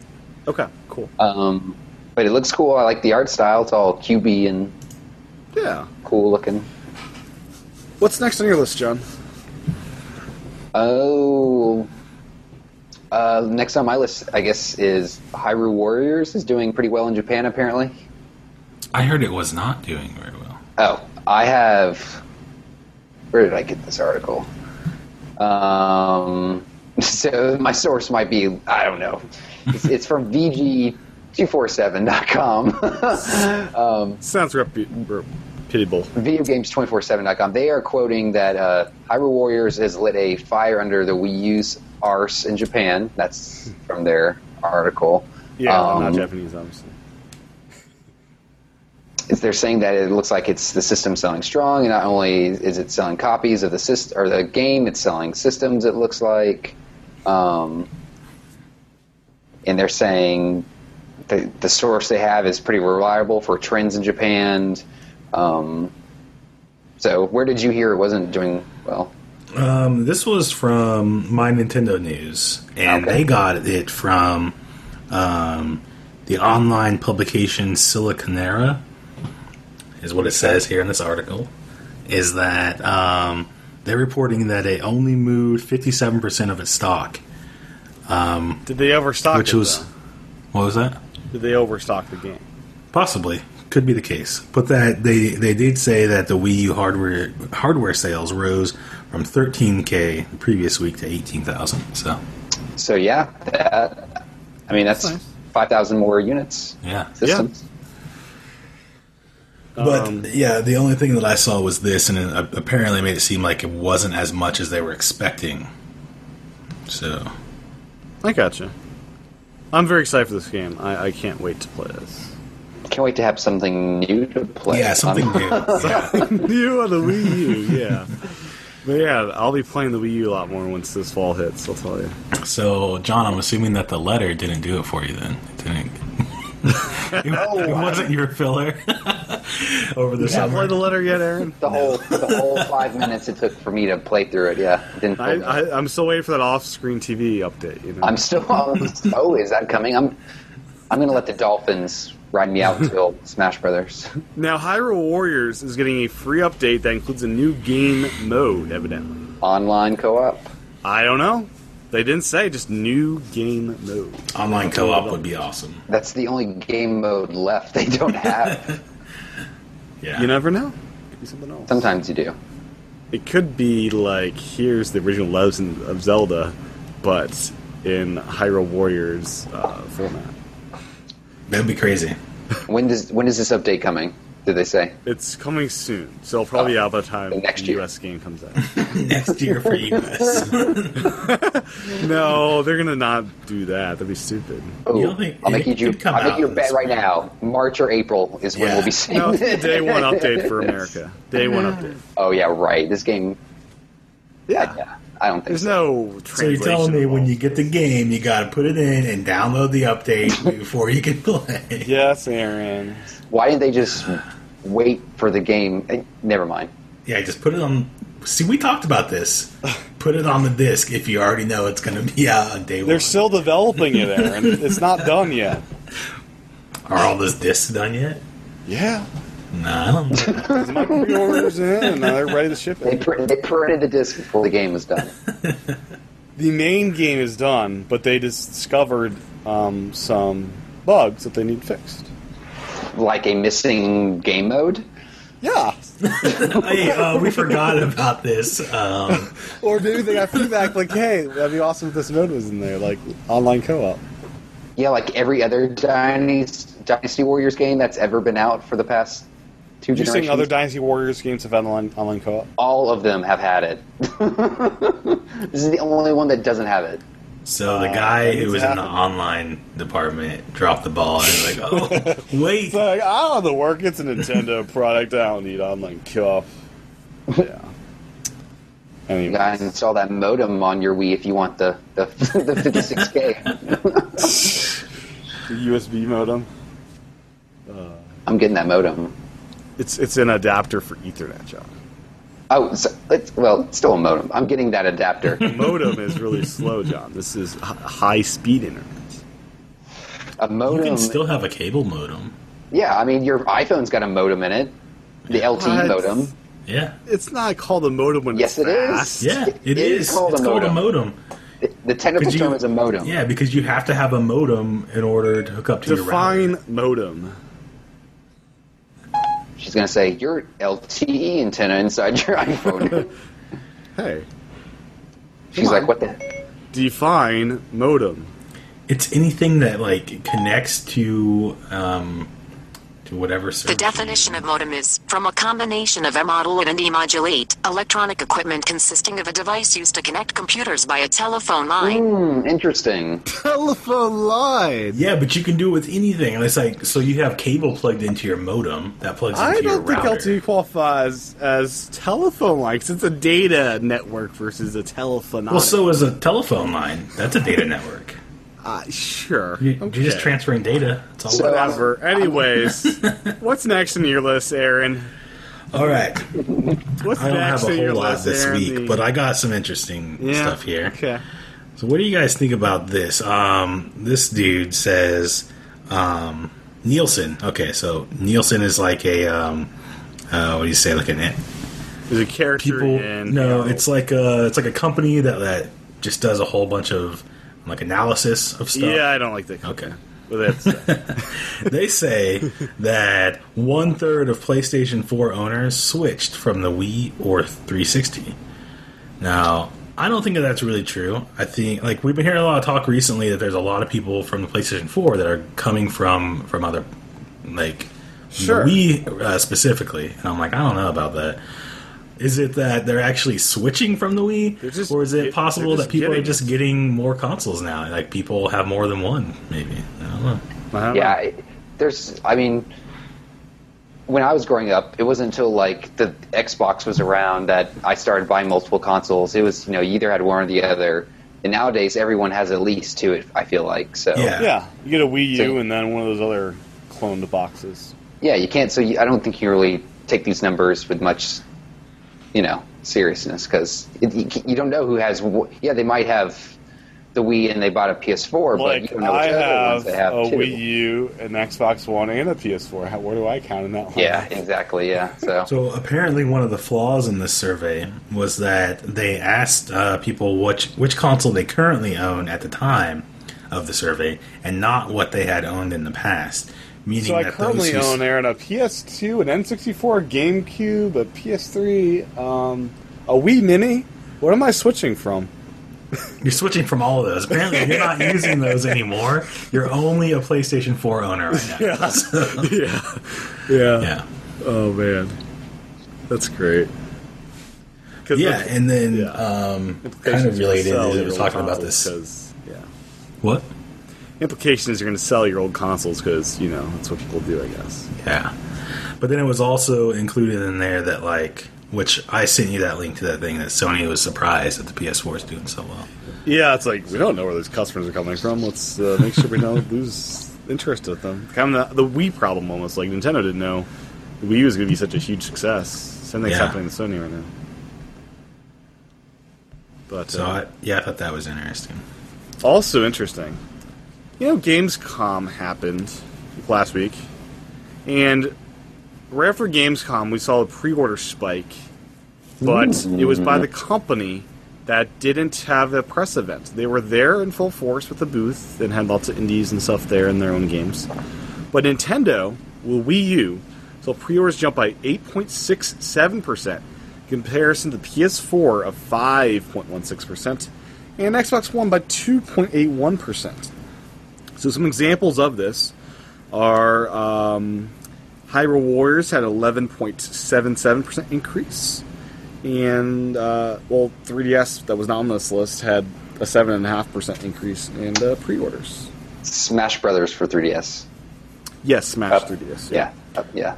Okay, cool. Um, but it looks cool. I like the art style. It's all cubey and yeah. cool looking. What's next on your list, John? Oh. Uh, next on my list, I guess, is Hyrule Warriors is doing pretty well in Japan, apparently. I heard it was not doing very well. Oh, I have. Where did I get this article? Um, <laughs> so my source might be I don't know. It's, it's from <laughs> VG247.com. um, Sounds repu- reputable. VideoGames247.com. They are quoting that uh, Hyrule Warriors has lit a fire under the Wii U's arse in Japan. That's from their article. Yeah, not Um, Japanese, obviously. it's, they're saying that it looks like it's the system selling strong, and not only is it selling copies of the system or the game, it's selling systems. It looks like, um, and they're saying the the source they have is pretty reliable for trends in Japan. Um, so, where did you hear it wasn't doing well? Um, this was from my Nintendo News, and Okay. they got it from um, the online publication Siliconera, is what it says here in this article. Is that um, they're reporting that it only moved 57% of its stock, Did they overstock which it, was. though? What was that? Did they overstock the game? Possibly. Could be the case. But that they, they did say that the Wii U hardware hardware sales rose from 13k the previous week to 18,000. So, So, yeah, that, I mean that's, nice. five thousand more units. yeah. Systems. But Um, yeah, the only thing that I saw was this and it uh, apparently made it seem like it wasn't as much as they were expecting. So, I gotcha. I'm very excited for this game. I, I can't wait to play this. Can't wait to have something new to play. yeah, something Um, new. <laughs> Yeah. <laughs> <laughs> you on the Wii U, yeah. <laughs> But yeah, I'll be playing the Wii U a lot more once this fall hits. I'll tell you. So, John, I'm assuming that the letter didn't do it for you then. It didn't <laughs> It, it wasn't your filler <laughs> over the Have you summer. played the letter yet, Aaron? The whole the whole five minutes it took for me to play through it. Yeah, <laughs> didn't. I, Play I, I, I'm still waiting for that off-screen TV update. You know, am still. on oh, is that coming? I'm. I'm gonna let the Dolphins ride me out till Smash Brothers. now Hyrule Warriors is getting a free update that includes a new game mode. Evidently, Online co-op. I don't know. They didn't say just new game mode. Online co-op would be awesome. That's the only game mode left they don't have. Yeah. You never know. Could be something else. Sometimes you do. It could be like here's the original Legend of Zelda, but in Hyrule Warriors uh, format. That'd be crazy. When does when is this update coming? Did they say? It's coming soon, so it'll probably be out by the time Uh, Next the year. US game comes out. <laughs> Next year for US. you no, they're gonna not do that. That'd be stupid. Oh, don't think- I'll make it you. could come I'll out make you a in bet the right now. March or April is when Yeah. we'll be seeing No, it. day one update for America. Day one update. <laughs> Oh yeah, right. This game. Yeah. Yeah, I don't think There's so. no So you're translation. telling me when involved. you get the game, you gotta put it in and download the update before you can play. Yes, Aaron. Why didn't they just wait for the game? eh, Never mind. Yeah, just put it on. See, we talked about <laughs> this. Put it on the disc if you already know it's going to be out on day They're one. still developing it, Aaron. it's not <laughs> done yet. Are all those discs done yet? Yeah. No, I don't know. My pre-orders in, and now they're ready to ship They, it. pr- they printed the disc before the game was done. <laughs> The main game is done, but they discovered um, some bugs that they need fixed. like a missing game mode. Yeah. <laughs> <laughs> hey, uh, we forgot about this. Um, Or maybe they got feedback like, "Hey, that'd be awesome if this mode was in there, like online co-op." Yeah, like every other Dynasty, Dynasty Warriors game that's ever been out for the past two You're generations. seeing other Dynasty Warriors games have had online online co-op. all of them have had it. <laughs> this is the only one that doesn't have it. so Uh, the guy who was in the exactly. online department dropped the ball and was like, <laughs> "Oh, wait, It's like, I don't know the work. It's a Nintendo <laughs> product. I don't need online <laughs> co-op. Yeah. You gotta Anyway, install that modem on your Wii if you want the the, <laughs> the 56K. the USB modem. <laughs> I'm getting that modem. It's it's an adapter for Ethernet, John. Oh, so it's, well, it's still a modem. I'm getting <laughs> that adapter. Modem is <laughs> really slow, John. This is h- high speed internet. A you modem. can still have a cable modem." yeah, I mean your iPhone's got a modem in it. The LTE What? modem. Yeah, It's not called a modem when Yes, it's it is. fast. yeah, It is is. called it's a called a modem. modem. The, the technical Could you- term is a modem. Yeah, because you have to have a modem in order to hook up to your Define router. modem. She's gonna say your LTE E antenna inside your <laughs> iPhone. Hey, She's like, what the? define modem. It's anything that like connects to um, to whatever The service. definition of modem is from a combination of modulate and demodulate, electronic equipment consisting of a device used to connect computers by a telephone line. Hmm, Interesting. Telephone line. Yeah, but you can do it with anything. And It's like so you have cable plugged into your modem that plugs I into your don't think router. LTE qualifies as telephone line 'cause it's a data network versus a telephone. Well, so is a telephone line. That's a data network. uh, sure. You, You're just Okay. transferring data. That's all. So- <laughs> Whatever. <laughs> Anyways, what's next in your list, Aaron? all right, What's I don't next have a in your whole lot list, this Aaron? week, The- but I got some interesting Yeah, stuff here. Okay. So what do you guys think about this? Um, this dude says um, Nielsen. Okay, so Nielsen is like a um, uh, what do you say? Like an There's a character people. in. E? No, Halo. it's like a it's like a company that that just does a whole bunch of like analysis of stuff. Yeah, I don't like that. Okay. Well, that's <laughs> they say that one third of PlayStation 4 owners switched from the Wii or 360. Now, I don't think that that's really true. I think like we've been hearing a lot of talk recently that there's a lot of people from the PlayStation 4 that are coming from from other like Sure. the Wii uh, specifically, and I'm like, I don't know about that. Is it that they're actually switching from the Wii, They're just or is get- it they're possible just that people are getting- just getting more consoles now? Like people have more than one, maybe. I don't know. I don't Yeah, know. it- there's. I mean, when I was growing up, it wasn't until like the Xbox was around that I started buying multiple consoles. It was you know you either had one or the other. And nowadays, everyone has at least two. I feel like so. Yeah. Yeah, you get a Wii U Same. and then one of those other cloned boxes. Yeah, you can't. So you, I don't think you really take these numbers with much, you know, seriousness because you, you don't know who has. wh- Yeah, they might have the Wii and they bought a PS4, but you Like don't know which I other have, ones they have a too. Wii U, an Xbox One, and a PS4. How, where do I count in that? Line? Yeah, exactly. Yeah. <laughs> So, So apparently, one of the flaws in this survey was that they asked uh, people which which console they currently own at the time of the survey, and not what they had owned in the past. Meaning So I that currently those who- own Aaron a PS2, an N64, a GameCube, a PS3, um, a Wii Mini. What am I switching from? you're switching from all of those. Apparently, you're <laughs> not using those anymore. You're only a PlayStation 4 owner right now. Yeah. yeah, yeah. yeah. Oh man, that's great. 'Cause Yeah, the- and then Yeah. um, kind implications of you're gonna related sell is it your was old talking about consoles this. 'cause- yeah. What? Implication is you're going to sell your old consoles because you know that's what people do, I guess. Yeah. But then it was also included in there that like which I sent you that link to that thing that Sony was surprised that the PS4 is doing so well. Yeah, it's like we don't know where those customers are coming from. Let's uh, <laughs> make sure we don't lose interest with them. Kind of the, the Wii problem, almost like Nintendo didn't know the Wii U is going to be such a huge success. Same thing's Yeah. happening to Sony right now. But So uh, I, yeah, I thought that was interesting. Also interesting. You know, Gamescom happened last week, and right after Gamescom, we saw a pre-order spike, but it was by the company that didn't have a press event. They were there in full force with the booth and had lots of indies and stuff there and their own games. But Nintendo, well, Wii U, saw pre-orders jump by 8.67% comparison to PS4 of 5.16% and Xbox One by 2.81%. So some examples of this are um, Hyrule Warriors had 11.77% increase, and uh, well, 3DS that was not on this list had a 7.5% increase in uh, pre-orders. Smash Brothers for 3DS. Yes, Smash Up. 3DS. Yeah, up, yeah.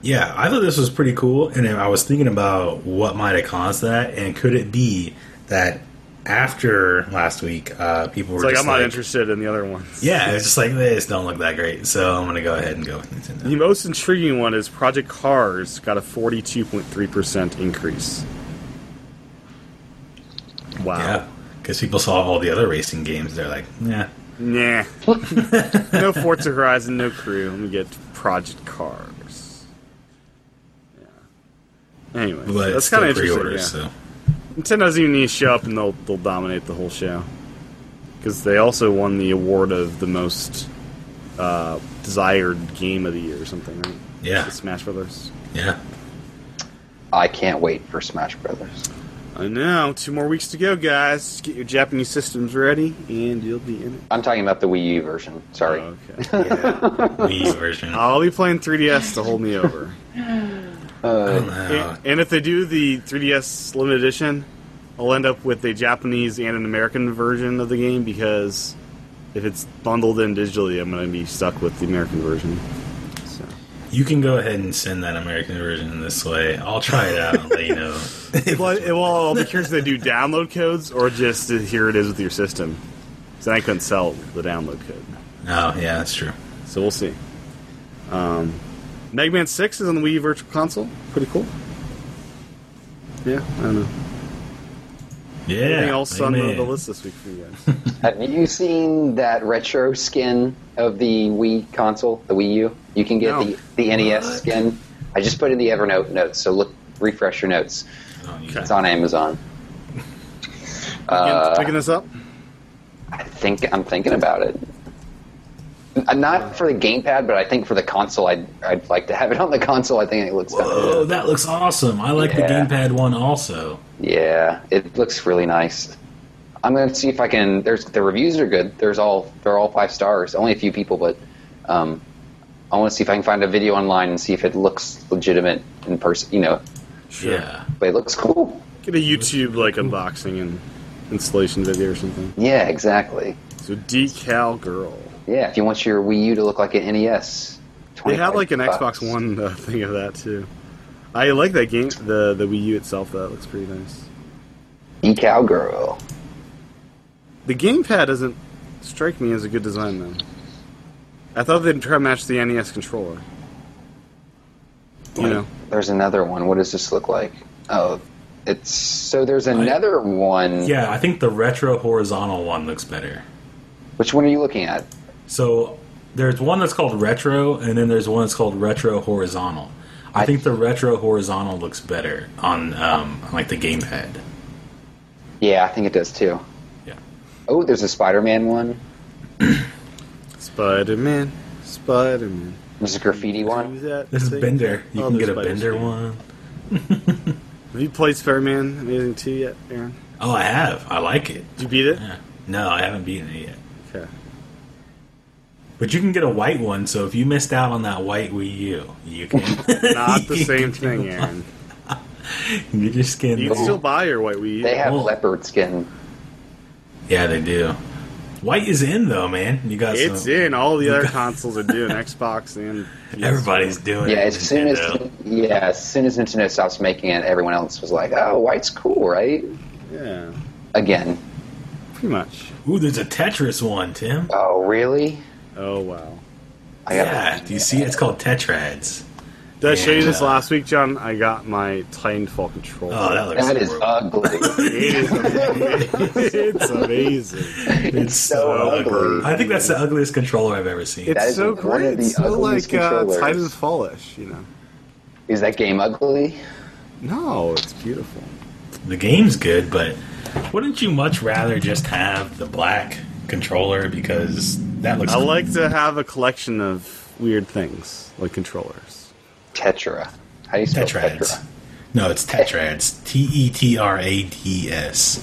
Yeah, I thought this was pretty cool, and I was thinking about what might have caused that, and could it be that after last week, uh, people were It's like just I'm not interested in the other ones. Yeah, it's just like this don't look that great, so I'm gonna go ahead and go with Nintendo. The most intriguing one is Project Cars got a 42.3% increase. Wow. Yeah, because people saw all the other racing games, they're like, yeah, <laughs> Nah. no Forza Horizon, no crew. Let me get Project Cars. Yeah. Anyway, but that's it's kind kind of of interesting. pre-orders. So yeah. Nintendo doesn't even need to show up, and they'll they'll dominate the whole show. Because they also won the award of the most uh, desired game of the year or something, right? Yeah. The Smash Brothers. yeah, I can't wait for Smash Brothers. I know. Two more weeks to go, guys. Get your Japanese systems ready, and you'll be in it. I'm talking about the Wii U version. Sorry. Oh, okay. <laughs> Wii U version. I I'll be playing 3DS to hold me over. don't And, know. and if they do the 3DS limited edition, I'll end up with a Japanese and an American version of the game because if it's bundled in digitally, I'm going to be stuck with the American version. So. You can go ahead and send that American version this way. I'll try it out. and let you <laughs> know. Well, it- well, I'll be curious if they do download codes or just uh, here it is with your system. Because I couldn't sell the download code. Oh yeah, that's true. So we'll see. Um, Mega Man 6 is on the Wii U Virtual Console. Pretty cool. Yeah, I don't know. Yeah. Anything else like, on the, man. the list this week for you guys? Have you seen that retro skin of the Wii console, the Wii U? You can get No. the, the NES skin. I just put in the Evernote notes, so look, refresh your notes. Oh, you- It's on Amazon. Again, picking this up? I think I'm thinking about it. Uh, Not for the gamepad, but I think for the console, I'd, I'd like to have it on the console. I think it looks. Whoa, that looks awesome. I like Yeah. the gamepad one also. Yeah, it looks really nice. I'm gonna see if I can. There's the reviews are good. There's all they're all five stars. Only a few people, but um, I want to see if I can find a video online and see if it looks legitimate in person. You know, Yeah. but it looks cool. Get a YouTube like unboxing and installation video or something. Yeah, exactly. So decal girl. Yeah, if you want your Wii U to look like an E NES, They had 25 like an bucks. Xbox One uh, thing of that too. I like that game. The the Wii U itself though looks pretty nice. decal girl. The gamepad doesn't strike me as a good design though. I thought they'd try to match the NES controller. You know, There's another one. What does this look like? Oh, it's so. There's another one. Yeah, I think the retro horizontal one looks better. Which one are you looking at? So there's one that's called retro, and then there's one that's called retro horizontal. I think the retro horizontal looks better on um, on like the gamepad. Yeah, I think it does too. Yeah. Oh, there's a Spider-Man one. Spider Man, Spider Man. There's a graffiti one. This is Bender. You Oh, can get a Bender one. Have you played Spider Man Amazing Two yet, Aaron? Oh, I have. I like it. Did you beat it? Yeah. No, I haven't beaten it yet. Okay. But you can get a white one, so if you missed out on that white Wii U, you can <laughs> Not the you same can thing, <laughs> Aaron. get your skin. You can still buy your white Wii U. They have Oh. leopard skin. yeah, they do. White is in though, man. You got it's some- in. All <laughs> the other consoles are doing Xbox and PS4. Everybody's doing Yeah, it. as soon as Nintendo. yeah, as soon as Nintendo stops making it, everyone else was like, "Oh, white's cool, right?" Yeah, Again. pretty much. Ooh, there's a Tetris one, Tim. Oh, really? Oh wow. I gotta- Oh, Yeah, do you see? it? It's called Tetrads. Did I show you this Yeah. last week, John? I got my Titanfall controller. Oh, that looks That is horrible. <laughs> ugly. It is amazing. <laughs> it's amazing. it's so ugly. I think that's the ugliest controller I've ever seen. It's That is so one great. of the It's so ugliest like uh, controllers. Titanfallish, you know. Is that game ugly? No, it's beautiful. the game's good, but wouldn't you much rather just have the black controller because that looks I like to have a collection of weird things, like controllers. Tetra. How do you spell tetrads? Tetra? No, it's <laughs> tetrads. T E T R A D E S.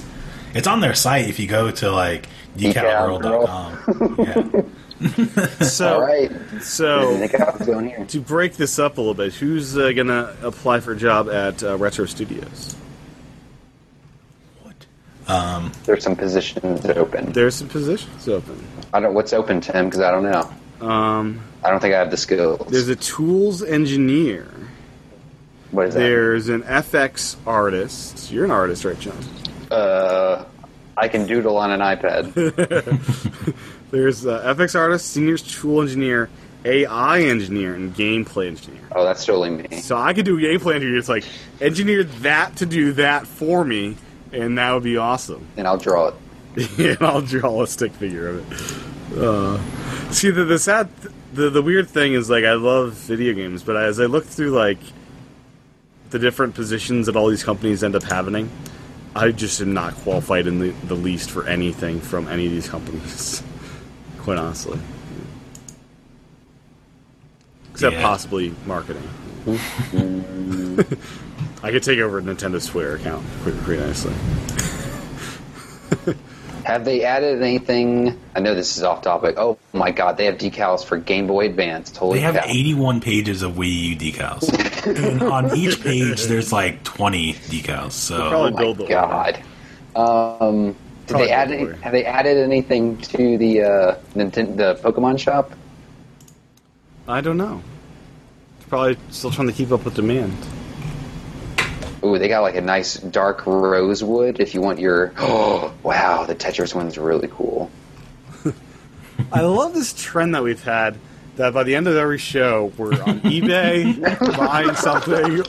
It's on their site if you go to like decalworld.com. <laughs> Yeah. So, Oh. <laughs> All right. I so think I was going here. to break this up a little bit, who's uh, gonna apply for a job at uh, Retro Studios? What? There's some positions open. There's some positions open. I don't. What's open, Tim? Because I don't know. Um, I don't think I have the skills. there's a tools engineer. what is that? There's an FX artist. You're an artist, right, John? Uh, I can doodle on an iPad. There's uh, FX artist, senior tool engineer, AI engineer, and gameplay engineer. Oh, that's totally me. So I could do a gameplay engineer. It's like engineer that to do that for me, and that would be awesome. And I'll draw it. <laughs> and I'll draw a stick figure of it. Uh, see, the, the sad, th- the the weird thing is like I love video games, but as I look through like the different positions that all these companies end up having, I just am not qualified in the, the least for anything from any of these companies. <laughs> Quite honestly, except Yeah. possibly marketing. <laughs> I could take over a Nintendo's Twitter account pretty, pretty nicely. Oh Have they added anything? I know this is off topic. Oh my God, they have decals for Game Boy Advance. Holy They have cow! 81 pages of Wii U decals. and on each page, there's like 20 decals. So Probably oh my build the God. Um, did Probably they add? don't Any, worry. have they added anything to the uh, Nintendo the Pokemon shop? I don't know. Probably still trying to keep up with demand. Ooh, they got like a nice dark rosewood. If you want your, <gasps> oh wow, the Tetris one's really cool. I love this trend that we've had that by the end of every show we're <laughs> on eBay buying <laughs> something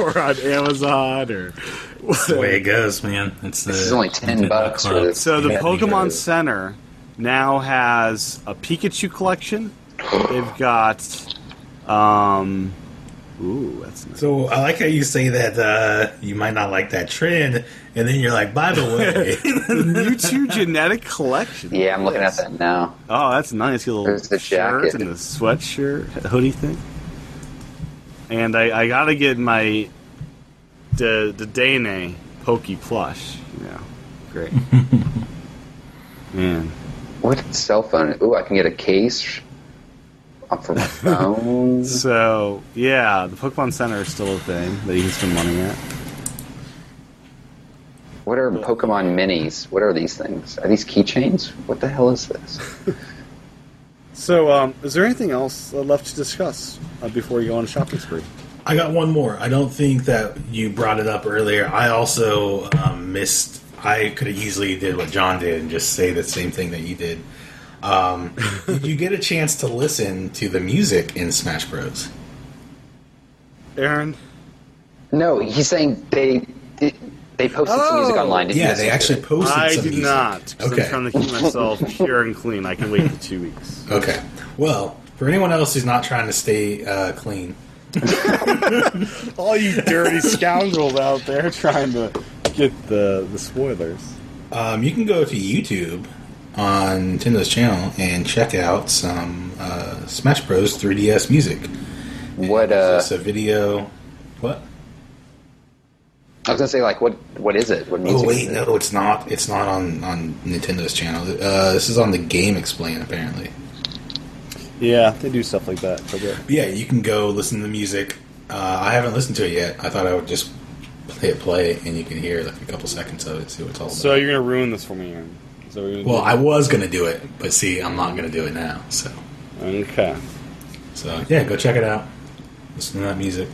or on Amazon or that's the way it goes, man. It's the This is only 10 bucks for this. so the Yeah, Pokemon because- Center now has a Pikachu collection. They've got um Ooh, <laughs> that's nice. So I like how you say that uh, you might not like that trend, and then you're like, by the <laughs> way, The Mewtwo genetic collection. Yeah, I'm looking at that now. Oh, that's nice. Your little There's the shirt jacket. and the sweatshirt hoodie thing. And I, I gotta get my the the Dane pokey plush. You know, great. Man, What cell phone? Ooh, I can get a case uh, <laughs> for my phone. so yeah, the Pokemon Center is still a thing that you can spend money at. What are Pokemon minis? What are these things? Are these keychains? What the hell is this? So, um, is there anything else uh, left to discuss uh, before you go on a shopping spree? I got one more. I don't think that you brought it up earlier. I also um, missed. I could have easily did what John did and just say the same thing that you did. <laughs> Um, did you get a chance to listen to the music in Smash Bros? Aaron, No, he's saying they they, they posted some music Oh. online. Did you Yeah, listen they to actually it? posted. I some did music. not. 'cause Okay. I'm trying to keep myself pure and clean. I can wait for two weeks. Okay. Well, for anyone else who's not trying to stay uh, clean, All you <laughs> dirty scoundrels out there trying to get the the spoilers. um, you can go to YouTube on Nintendo's channel and check out some uh, Smash Bros. 3DS music. What? Uh, It's a video. What? I was gonna say like what what is it? What music? Oh wait, is it? no, it's not. It's not on on Nintendo's channel. Uh, this is on the Game Explain apparently. Yeah, they do stuff like that. Forget. But yeah, you can go listen to the music. Uh, I haven't listened to it yet. I thought I would just hit play and you can hear like a couple seconds of it, see what it's all about. So you're gonna ruin this for me, Aaron. So we're well, I was gonna do it, but see, I'm not gonna do it now. So, okay. so yeah, go check it out. Listen to that music.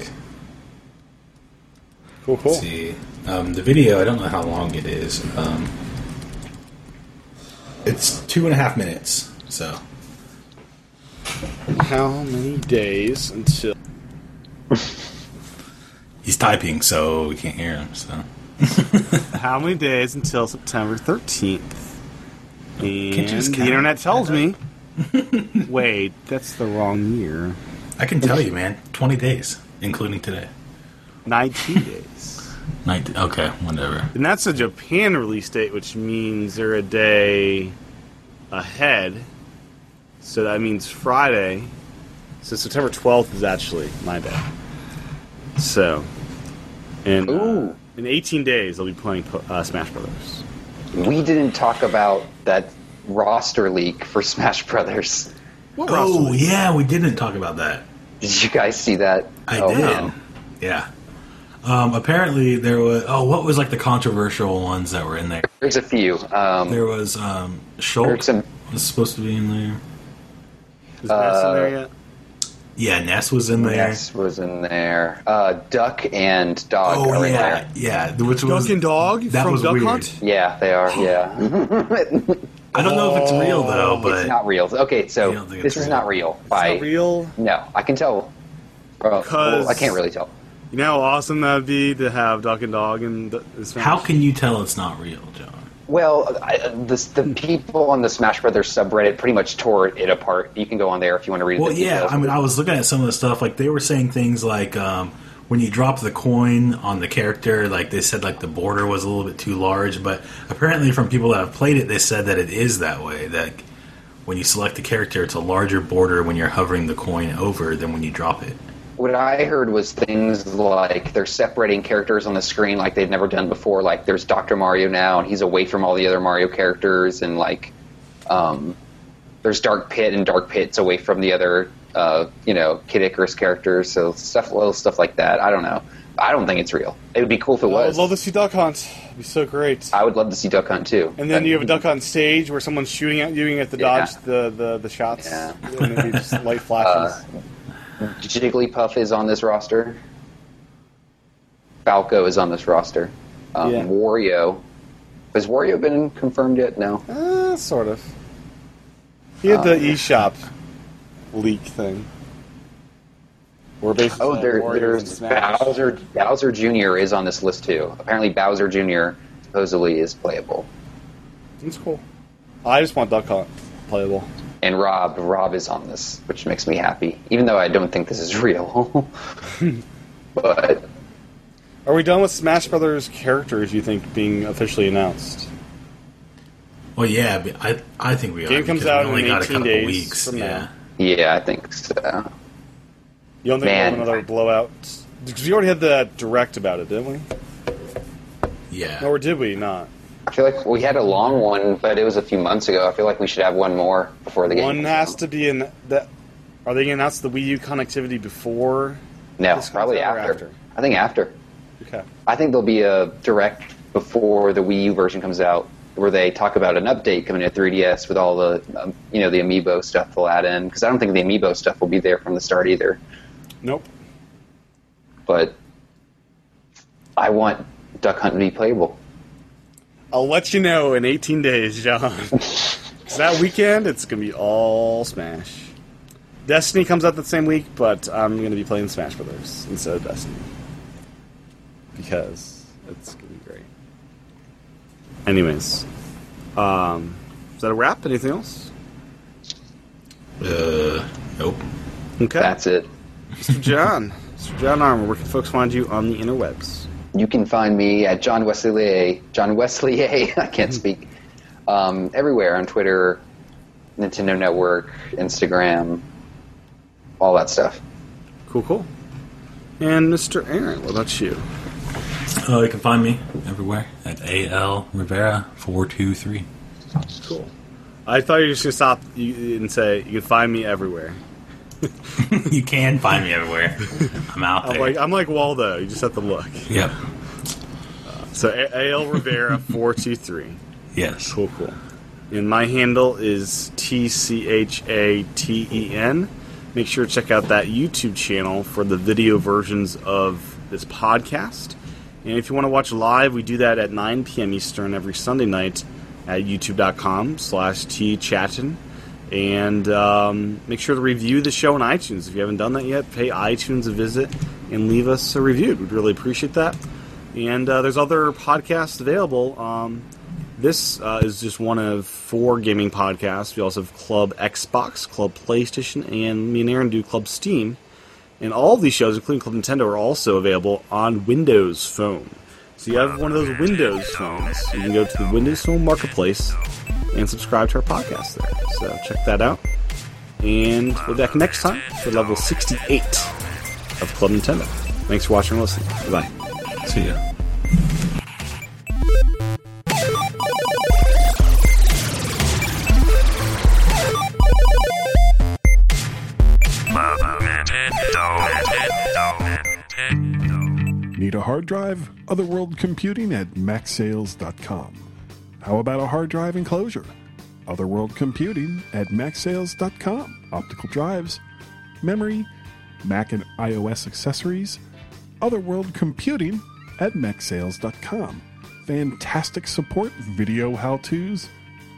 Cool, cool. See um, the video. I don't know how long it is. Um, it's two and a half minutes. So How many days until He's typing, so we can't hear him. So How many days until September 13th? And Can't you just the count? internet tells me. <laughs> Wait, that's the wrong year. I can tell you, man, twenty days, including today. 19 days. Night. Okay, whatever. And that's a Japan release date, which means they're a day ahead. So that means Friday. So September 12th is actually my day. So, in, uh, Ooh. in 18 days, I'll be playing Po- uh, Smash Brothers. We didn't talk about that roster leak for <laughs> Smash Brothers. Oh yeah, we didn't talk about that. Did you guys see that? I oh, did. Man. Yeah. Um, apparently there was oh what was like the controversial ones that were in there. There's a few. Um, There was um There's some- Shulk was supposed to be in there. Is Ness in there yet? Yeah, Ness was in there. Ness was in there. Uh, Duck and Dog Oh are in yeah, there. yeah. the- Which was, Duck and Dog that from was Duck weird. Hunt? Yeah, they are. <gasps> Yeah, <laughs> I don't know if it's real though, but Oh, it's not real. Okay, I so don't think this it's is real. not real. By Not real. no, I can tell. Well, Because- I can't really tell. You know how awesome that would be to have Duck and Dog and the, the Smash? how can you tell it's not real, John? Well, I, the, the people on the Smash Brothers subreddit pretty much tore it apart. You can go on there if you want to read. Well, the yeah. details. I mean, I was looking at some of the stuff. Like they were saying things like um, when you drop the coin on the character, like they said like the border was a little bit too large. But apparently, from people that have played it, they said that it is that way. That when you select the character, it's a larger border when you're hovering the coin over than when you drop it. what I heard was things like they're separating characters on the screen like they've never done before. Like there's Doctor Mario now, and he's away from all the other Mario characters, and like um, there's Dark Pit, and Dark Pit's away from the other uh, you know Kid Icarus characters. So stuff, little stuff like that. I don't know. I don't think it's real. It would be cool if it I would was. love to see Duck Hunt. It'd be so great. I would love to see Duck Hunt too. And then That- you have a duck on stage where someone's shooting at you and you have to Yeah. dodge the, the, the shots. Yeah. And then just <laughs> light flashes. Jigglypuff is on this roster. Falco is on this roster. Um, Yeah. Wario. Has Wario been confirmed yet? No. Uh, sort of. He had Uh. the eShop leak thing. We're based Oh, on there, Warriors and there's Smash. Bowser. Bowser Jr. is on this list too. Apparently, Bowser Jr. supposedly is playable. It's cool. I just want Duck Hunt playable. And Rob, Rob is on this, which makes me happy, even though I don't think this is <laughs> <laughs> real. but Are we done with Smash Brothers characters, you think, being officially announced? Well, yeah, but I I think we are. Game comes because we out in only got a 18 couple days weeks. from yeah. now. yeah, I think so. You don't think Man. we'll have another blowout? Because we already had the direct about it, didn't we? Yeah. Or did we not? I feel like we had a long one, but it was a few months ago. I feel like we should have one more before the game. One comes has out. to be in that. Are they going to announce the Wii U connectivity before? No, this comes probably out after. or after? I think after. Okay. I think there'll be a direct before the Wii U version comes out, where they talk about an update coming to 3DS with all the, um, you know, the amiibo stuff they'll add in. Because I don't think the amiibo stuff will be there from the start either. Nope. But I want Duck Hunt to be playable. I'll let you know in 18 days, John. 'Cause that weekend, it's going to be all Smash. Destiny comes out that same week, but I'm going to be playing Smash Brothers instead of Destiny. Because it's going to be great. Anyways. Um, is that a wrap? Anything else? Uh, nope. Okay. That's it. Mr. John. Mr. John Armour, where can folks find you on the interwebs? You can find me at John Wesley John Wesley <laughs> I Mm-hmm. can't speak. Um, everywhere on Twitter, Nintendo Network, Instagram, all that stuff. Cool, cool. And Mr. Aaron, what about you? Uh, you can find me everywhere at al rivera four two three. Cool. I thought you were just gonna stop you- and say you can find me everywhere. You can find <laughs> me everywhere. I'm out I'm there. like uh, I'm like Waldo. You just have to look. yep. So A- Al Rivera four two three. Yes. Cool, cool. And my handle is T C H A T E N. Make sure to check out that YouTube channel for the video versions of this podcast. And if you want to watch live, we do that at 9 p.m. Eastern every Sunday night at youtube.com slash tchatton. And um, make sure to review the show on iTunes. If you haven't done that yet, pay iTunes a visit and leave us a review. We'd really appreciate that. And uh, there's other podcasts available. Um, this uh, is just one of four gaming podcasts. We also have Club Xbox, Club PlayStation, and me and Aaron do Club Steam. And all of these shows, including Club Nintendo, are also available on Windows Phone. So you have one of those Windows phones. You can go to the Windows Phone Marketplace and subscribe to our podcast there. So check that out. And we'll be back next time for level 68 of Club Nintendo. Thanks for watching and listening. Bye bye. See ya. Need a hard drive? Otherworld Computing at maxsales.com. How about a hard drive enclosure? Otherworld Computing at maxsales.com. Optical drives, memory, Mac and iOS accessories. Otherworld Computing at maxsales.com. Fantastic support, video how to's.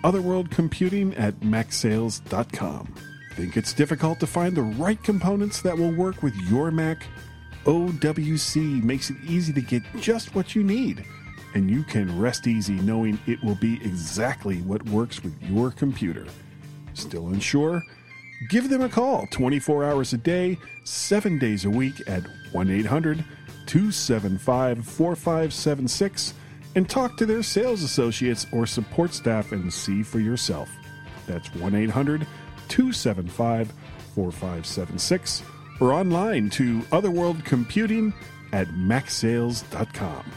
Otherworld Computing at maxsales.com. Think it's difficult to find the right components that will work with your Mac? OWC makes it easy to get just what you need, and you can rest easy knowing it will be exactly what works with your computer. Still unsure? Give them a call 24 hours a day, 7 days a week at 1 800 275 4576 and talk to their sales associates or support staff and see for yourself. That's 1 800 275 4576 or online to Otherworld Computing at maxsales.com.